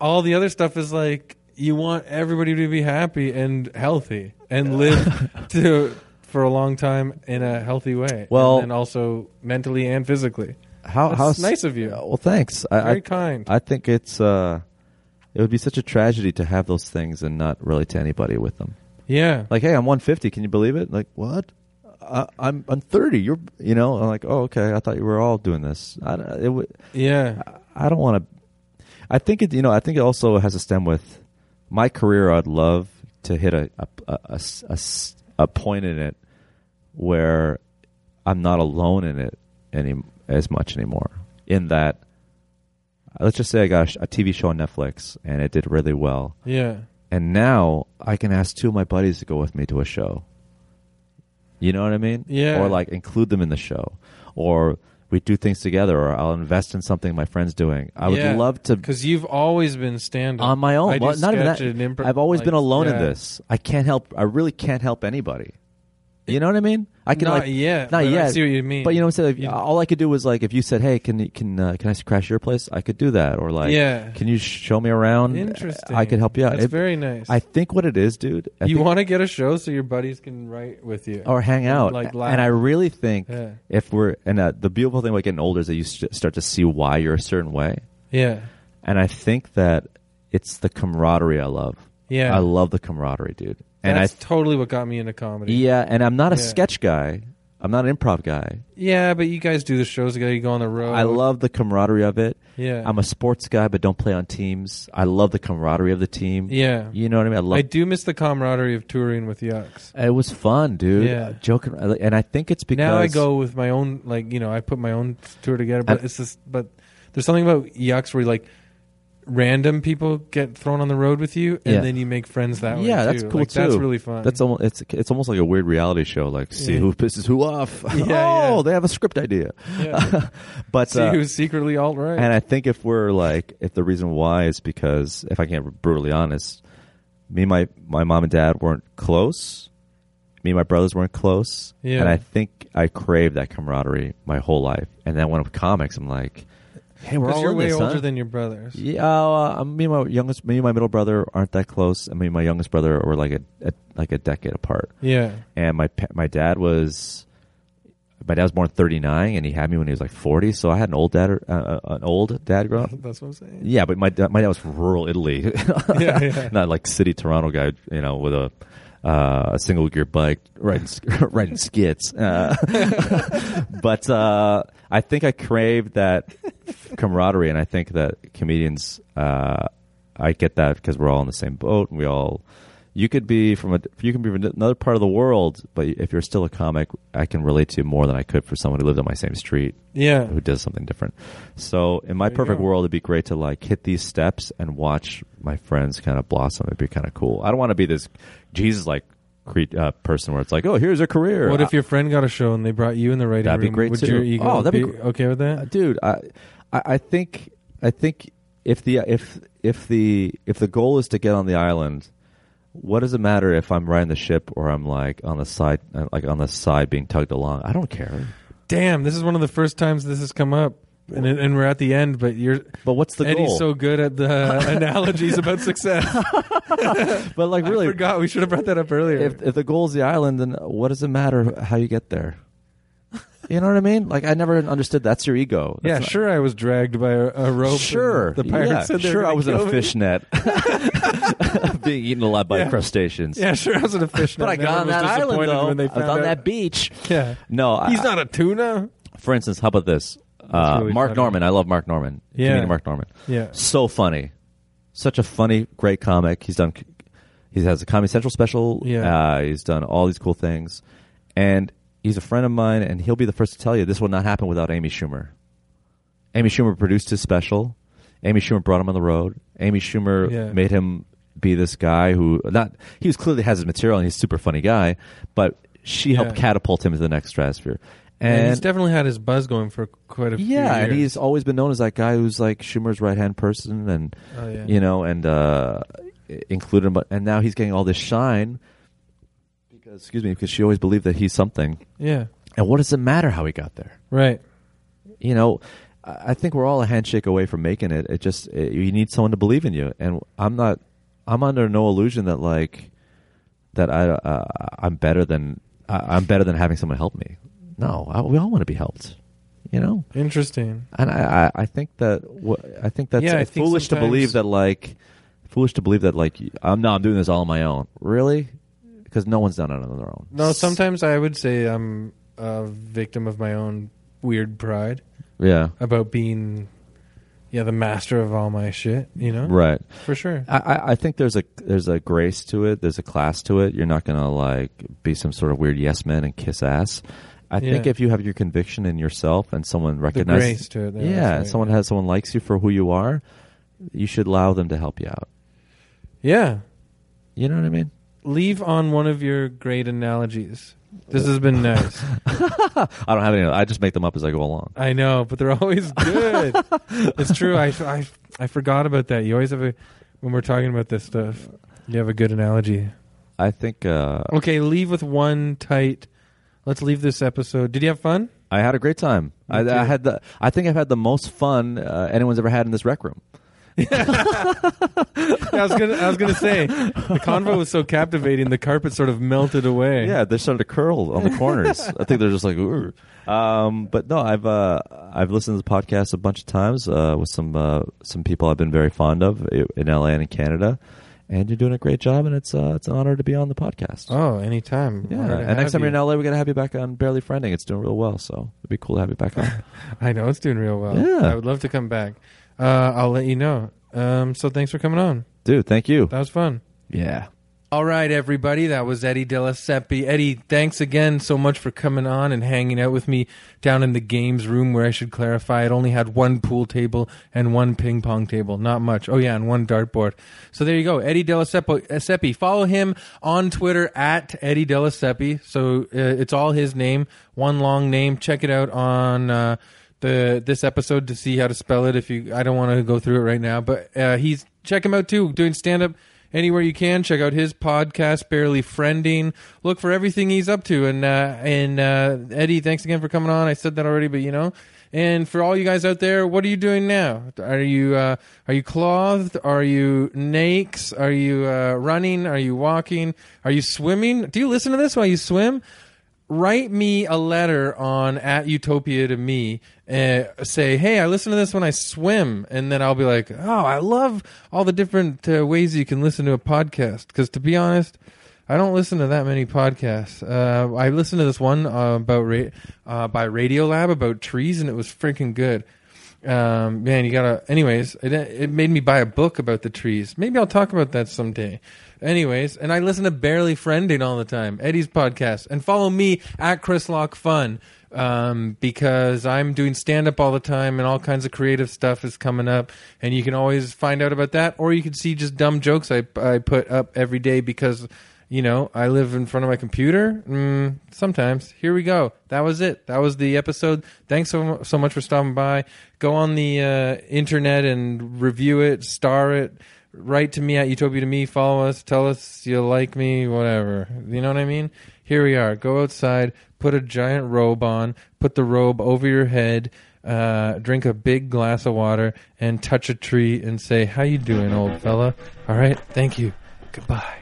Speaker 1: all the other stuff is like you want everybody to be happy and healthy and live to for a long time in a healthy way.
Speaker 2: Well-
Speaker 1: and then also mentally and physically.
Speaker 2: how
Speaker 1: That's
Speaker 2: how s-
Speaker 1: nice of you.
Speaker 2: Well, thanks. I-
Speaker 1: Very
Speaker 2: I,
Speaker 1: kind.
Speaker 2: I think it's uh, it would be such a tragedy to have those things and not relate to anybody with them.
Speaker 1: yeah.
Speaker 2: Like, hey, I'm 150. Can you believe it? Like, what? I, I'm I'm 30. You're you know. I'm like, oh, okay. I thought you were all doing this. I don't- it would.
Speaker 1: yeah.
Speaker 2: I- I don't want to. I think it. You know. I think it also has to stem with my career. I'd love to hit a a a- a s- a s- a point in it where I'm not alone in it any as much anymore. In that, let's just say I got a, sh- a TV show on Netflix and it did really well,
Speaker 1: Yeah.
Speaker 2: and now I can ask two of my buddies to go with me to a show. You know what I mean?
Speaker 1: Yeah.
Speaker 2: Or like include them in the show, or we do things together, or I'll invest in something my friend's doing. I would
Speaker 1: Yeah.
Speaker 2: love to
Speaker 1: Because you've always been standing
Speaker 2: on my own.
Speaker 1: I do
Speaker 2: Well, not even that.
Speaker 1: sketch and impro-
Speaker 2: I've always
Speaker 1: like,
Speaker 2: been alone in
Speaker 1: yeah.
Speaker 2: this. I can't help. I really can't help anybody. You know what I mean? I can
Speaker 1: Not
Speaker 2: like
Speaker 1: yet,
Speaker 2: not
Speaker 1: but I
Speaker 2: yet.
Speaker 1: see what you mean.
Speaker 2: But you know, instead of,
Speaker 1: You-
Speaker 2: all I could do was like, if you said, "Hey, can you- can uh, can I crash your place?" I could do that, or like,
Speaker 1: Yeah.
Speaker 2: can you show me around?
Speaker 1: Interesting.
Speaker 2: I could help you out.
Speaker 1: That's
Speaker 2: It-
Speaker 1: very nice.
Speaker 2: I think what it is, dude. I
Speaker 1: you
Speaker 2: think-
Speaker 1: want to get a show so your buddies can write with you.
Speaker 2: or hang out,
Speaker 1: like laugh.
Speaker 2: and I really think
Speaker 1: Yeah.
Speaker 2: if we're and uh, the beautiful thing about getting older is that you st- start to see why you're a certain way,
Speaker 1: yeah,
Speaker 2: and I think that it's the camaraderie I love.
Speaker 1: yeah.
Speaker 2: I love the camaraderie, dude. And
Speaker 1: That's
Speaker 2: I
Speaker 1: totally what got me into comedy.
Speaker 2: yeah, and I'm not a
Speaker 1: Yeah.
Speaker 2: sketch guy. I'm not an improv guy.
Speaker 1: Yeah, but you guys do the shows together. You go on the road.
Speaker 2: I love the camaraderie of it.
Speaker 1: Oh. Yeah,
Speaker 2: I'm a sports guy, but don't play on teams. I love the camaraderie of the team.
Speaker 1: yeah.
Speaker 2: You know what I mean? I love.
Speaker 1: I do miss the camaraderie of touring with Yucks.
Speaker 2: it was fun, dude.
Speaker 1: Yeah.
Speaker 2: Uh, Joking, and I think it's because
Speaker 1: now I go with my own, like you know, I put my own tour together. But
Speaker 2: And-
Speaker 1: it's just, but there's something about Yucks where like random people get thrown on the road with you, and
Speaker 2: Yeah.
Speaker 1: then you make friends that way.
Speaker 2: Yeah, that's
Speaker 1: too.
Speaker 2: cool,
Speaker 1: Like, That's
Speaker 2: too.
Speaker 1: really fun.
Speaker 2: That's almost it's it's almost like a weird reality show. Like, see
Speaker 1: Yeah.
Speaker 2: who pisses who off.
Speaker 1: Yeah,
Speaker 2: oh,
Speaker 1: yeah.
Speaker 2: they have a script idea.
Speaker 1: Yeah.
Speaker 2: But
Speaker 1: See
Speaker 2: uh,
Speaker 1: who's secretly alt right.
Speaker 2: and I think if we're like, if the reason why is because, if I can't be brutally honest, me and my my mom and dad weren't close. Me and my brothers weren't close.
Speaker 1: Yeah.
Speaker 2: And I think I craved that camaraderie my whole life. And then when I'm comics, I'm like, hey, we're all
Speaker 1: you're
Speaker 2: in
Speaker 1: way
Speaker 2: this,
Speaker 1: older
Speaker 2: huh?
Speaker 1: than your brothers.
Speaker 2: Yeah, uh, me and my youngest, me and my middle brother aren't that close, and me and my youngest brother were like a, a like a decade apart.
Speaker 1: Yeah.
Speaker 2: And my pa- my dad was, my dad was born thirty nine, and he had me when he was like forty. So I had an old dad, uh, uh, an old dad growing up.
Speaker 1: That's what I'm saying.
Speaker 2: Yeah, but my da- my dad was from rural Italy,
Speaker 1: Yeah, yeah.
Speaker 2: not like city Toronto guy, you know, with a uh, a single gear bike riding sk- riding skits. Uh, but uh, I think I crave that camaraderie, and I think that comedians, uh, I get that because we're all in the same boat, and we all. You could be from a you can be from another part of the world, but if you're still a comic, I can relate to you more than I could for someone who lived on my same street
Speaker 1: Yeah.
Speaker 2: who does something different. So in my
Speaker 1: There you
Speaker 2: perfect
Speaker 1: go.
Speaker 2: world, it'd be great to like hit these steps and watch my friends kind of blossom. It'd be kind of cool. I don't want to be this Jesus like cre- uh, person where it's like, oh, here's a career.
Speaker 1: What if
Speaker 2: I-
Speaker 1: your friend got a show and they brought you in the writing
Speaker 2: That'd be
Speaker 1: room?
Speaker 2: great,
Speaker 1: Would
Speaker 2: too.
Speaker 1: your ego
Speaker 2: Oh, that'd be
Speaker 1: be
Speaker 2: gr-
Speaker 1: okay with
Speaker 2: Uh,
Speaker 1: that?
Speaker 2: dude? I, I I think I think if the if if the if the goal is to get on the island. What does it matter if I'm riding the ship or I'm like on the side, uh, like on the side being tugged along? I don't care.
Speaker 1: Damn, this is one of the first times this has come up, and and we're at the end. But you're
Speaker 2: But what's the
Speaker 1: Eddie's
Speaker 2: goal?
Speaker 1: so good at the analogies about success.
Speaker 2: but like
Speaker 1: I
Speaker 2: really,
Speaker 1: forgot we should have brought that up earlier.
Speaker 2: if, if the goal is the island, then what does it matter how you get there? You know what I mean? Like I never understood. That's your ego.
Speaker 1: yeah,
Speaker 2: That's
Speaker 1: sure, I was dragged by a, a rope.
Speaker 2: not-
Speaker 1: and
Speaker 2: sure.
Speaker 1: the pirates
Speaker 2: yeah,
Speaker 1: said they were
Speaker 2: sure.
Speaker 1: gonna
Speaker 2: I was in
Speaker 1: kill
Speaker 2: a
Speaker 1: me.
Speaker 2: fish net, being eaten alive by
Speaker 1: Yeah.
Speaker 2: crustaceans.
Speaker 1: Yeah, sure, I was in a fish.
Speaker 2: But I got on that island though.
Speaker 1: When they
Speaker 2: I was
Speaker 1: found
Speaker 2: on
Speaker 1: out.
Speaker 2: that beach.
Speaker 1: Yeah,
Speaker 2: No, I-
Speaker 1: he's not a tuna.
Speaker 2: For instance, how about this? Uh,
Speaker 1: really
Speaker 2: Mark
Speaker 1: funny.
Speaker 2: Norman. I love Mark Norman.
Speaker 1: Yeah.
Speaker 2: Comedian Mark Norman.
Speaker 1: Yeah,
Speaker 2: So funny, such a funny, great comic. He's done. He has a Comedy Central special.
Speaker 1: Yeah.
Speaker 2: Uh, he's done all these cool things, and he's a friend of mine. And he'll be the first to tell you this would not happen without Amy Schumer. Amy Schumer produced his special. Amy Schumer brought him on the road. Amy Schumer
Speaker 1: Yeah.
Speaker 2: made him be this guy who not he was clearly has his material and he's a super funny guy, but she helped
Speaker 1: Yeah.
Speaker 2: catapult him to the next stratosphere.
Speaker 1: and,
Speaker 2: And,
Speaker 1: he's definitely had his buzz going for quite a few
Speaker 2: yeah, and
Speaker 1: years.
Speaker 2: he's always been known as that guy who's like Schumer's right hand person, and
Speaker 1: Oh, yeah.
Speaker 2: you know, and uh, included him. But and now he's getting all this shine because, excuse me, because she always believed that he's something.
Speaker 1: yeah,
Speaker 2: And what does it matter how he got there?
Speaker 1: right.
Speaker 2: You know, I I think we're all a handshake away from making it. It just it, you need someone to believe in you, and I'm not. I'm under no illusion that like that I uh, I'm better than I, I'm better than having someone help me. No, I, we all want to be helped. You know.
Speaker 1: Interesting.
Speaker 2: And I, I, I think that wha- I think that's
Speaker 1: Yeah, I
Speaker 2: uh,
Speaker 1: think
Speaker 2: foolish to
Speaker 1: sometimes-
Speaker 2: believe that like foolish to believe that like I'm no, I'm doing this all on my own. Really? Because no one's done it on their own.
Speaker 1: No, sometimes I would say I'm a victim of my own weird pride
Speaker 2: Yeah.
Speaker 1: about being, yeah, the master of all my shit. You know,
Speaker 2: Right.
Speaker 1: for sure.
Speaker 2: I- I, I think there's a there's a grace to it. There's a class to it. You're not gonna like be some sort of weird yes man and kiss ass. I think
Speaker 1: Yeah.
Speaker 2: if you have your conviction in yourself and someone
Speaker 1: The
Speaker 2: recognizes,
Speaker 1: grace to it. there,
Speaker 2: yeah,
Speaker 1: that's right.
Speaker 2: someone has someone likes you for who you are, you should allow them to help you out.
Speaker 1: Yeah,
Speaker 2: You know what I mean?
Speaker 1: leave on one of your great analogies. This has been nice.
Speaker 2: I don't have any. I just make them up as I go along.
Speaker 1: I know, but they're always good. it's true. I, I, I forgot about that. You always have a when we're talking about this stuff. You have a good analogy.
Speaker 2: I think. Uh,
Speaker 1: Okay, leave with one tight Let's leave this episode. Did you have fun?
Speaker 2: I had a great time. I,
Speaker 1: too.
Speaker 2: I had the. I think I've had the most fun uh, anyone's ever had in this rec room.
Speaker 1: I was gonna. I was gonna say the convo was so captivating. The carpet sort of melted away.
Speaker 2: Yeah, they started to curl on the corners. I think they're just like, Ooh. um, but no, I've uh, I've listened to the podcast a bunch of times uh, with some uh, some people I've been very fond of i- in LA and in Canada, and you're doing a great job, and it's uh, it's an honor to be on the podcast.
Speaker 1: Oh, anytime.
Speaker 2: yeah,
Speaker 1: Honored to
Speaker 2: and next
Speaker 1: have
Speaker 2: time you're
Speaker 1: you.
Speaker 2: in LA, we're gonna have you back on Barely Friending. It's doing real well, so it'd be cool to have you back on.
Speaker 1: I know it's doing real well.
Speaker 2: Yeah.
Speaker 1: I would love to come back. Uh, I'll let you know. Um, so thanks for coming on.
Speaker 2: Dude, thank you.
Speaker 1: That was fun.
Speaker 2: Yeah.
Speaker 1: All right, everybody. That was Eddie Delaseppi. Eddie, thanks again so much for coming on and hanging out with me down in the games room where I should clarify it only had one pool table and one ping pong table. Not much. Oh, yeah, and one dartboard. So there you go. Eddie Delaseppi. uh, Follow him on Twitter at Eddie Delaseppi. So uh, it's all his name, one long name. Check it out on. Uh, the this episode to see how to spell it if you I don't want to go through it right now but uh, he's check him out too doing stand up anywhere you can. Check out his podcast, Barely Friending. Look for everything he's up to. And uh, and uh, Eddie, thanks again for coming on. I said that already, but you know. And for all you guys out there, what are you doing now? Are you uh, are you clothed? Are you nakes? Are you uh, running? Are you walking? Are you swimming? Do you listen to this while you swim? write me a letter on at utopia to me uh, say hey i listen to this when i swim and then i'll be like oh i love all the different uh, ways you can listen to a podcast because to be honest i don't listen to that many podcasts uh, i listened to this one uh, about ra- uh, by radiolab about trees and it was freaking good um, man, you gotta. Anyways, it it made me buy a book about the trees. Maybe I'll talk about that someday. Anyways, and I listen to Barely Friending all the time, Eddie's podcast, and follow me at Chris Lock Fun um, because I'm doing stand up all the time, and all kinds of creative stuff is coming up, and you can always find out about that, or you can see just dumb jokes I I put up every day because you know, I live in front of my computer. Mm, sometimes. Here we go. That was it. That was the episode. Thanks so, so much for stopping by. Go on the uh, internet and review it, star it, write to me at Utopia to me, follow us, tell us you like me, whatever. You know what I mean? Here we are. Go outside, put a giant robe on, put the robe over your head. Uh, drink a big glass of water and touch a tree and say, "How you doing, old fella?" All right, thank you. Goodbye.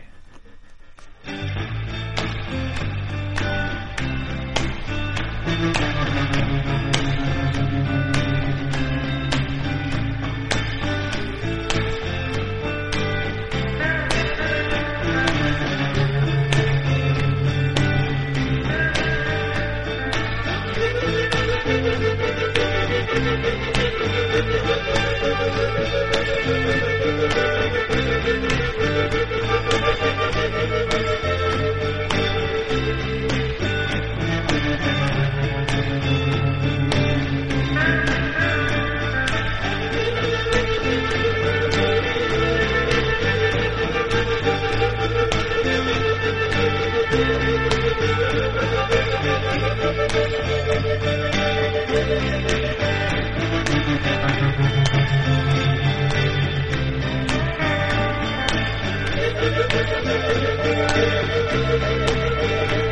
Speaker 4: Thank you.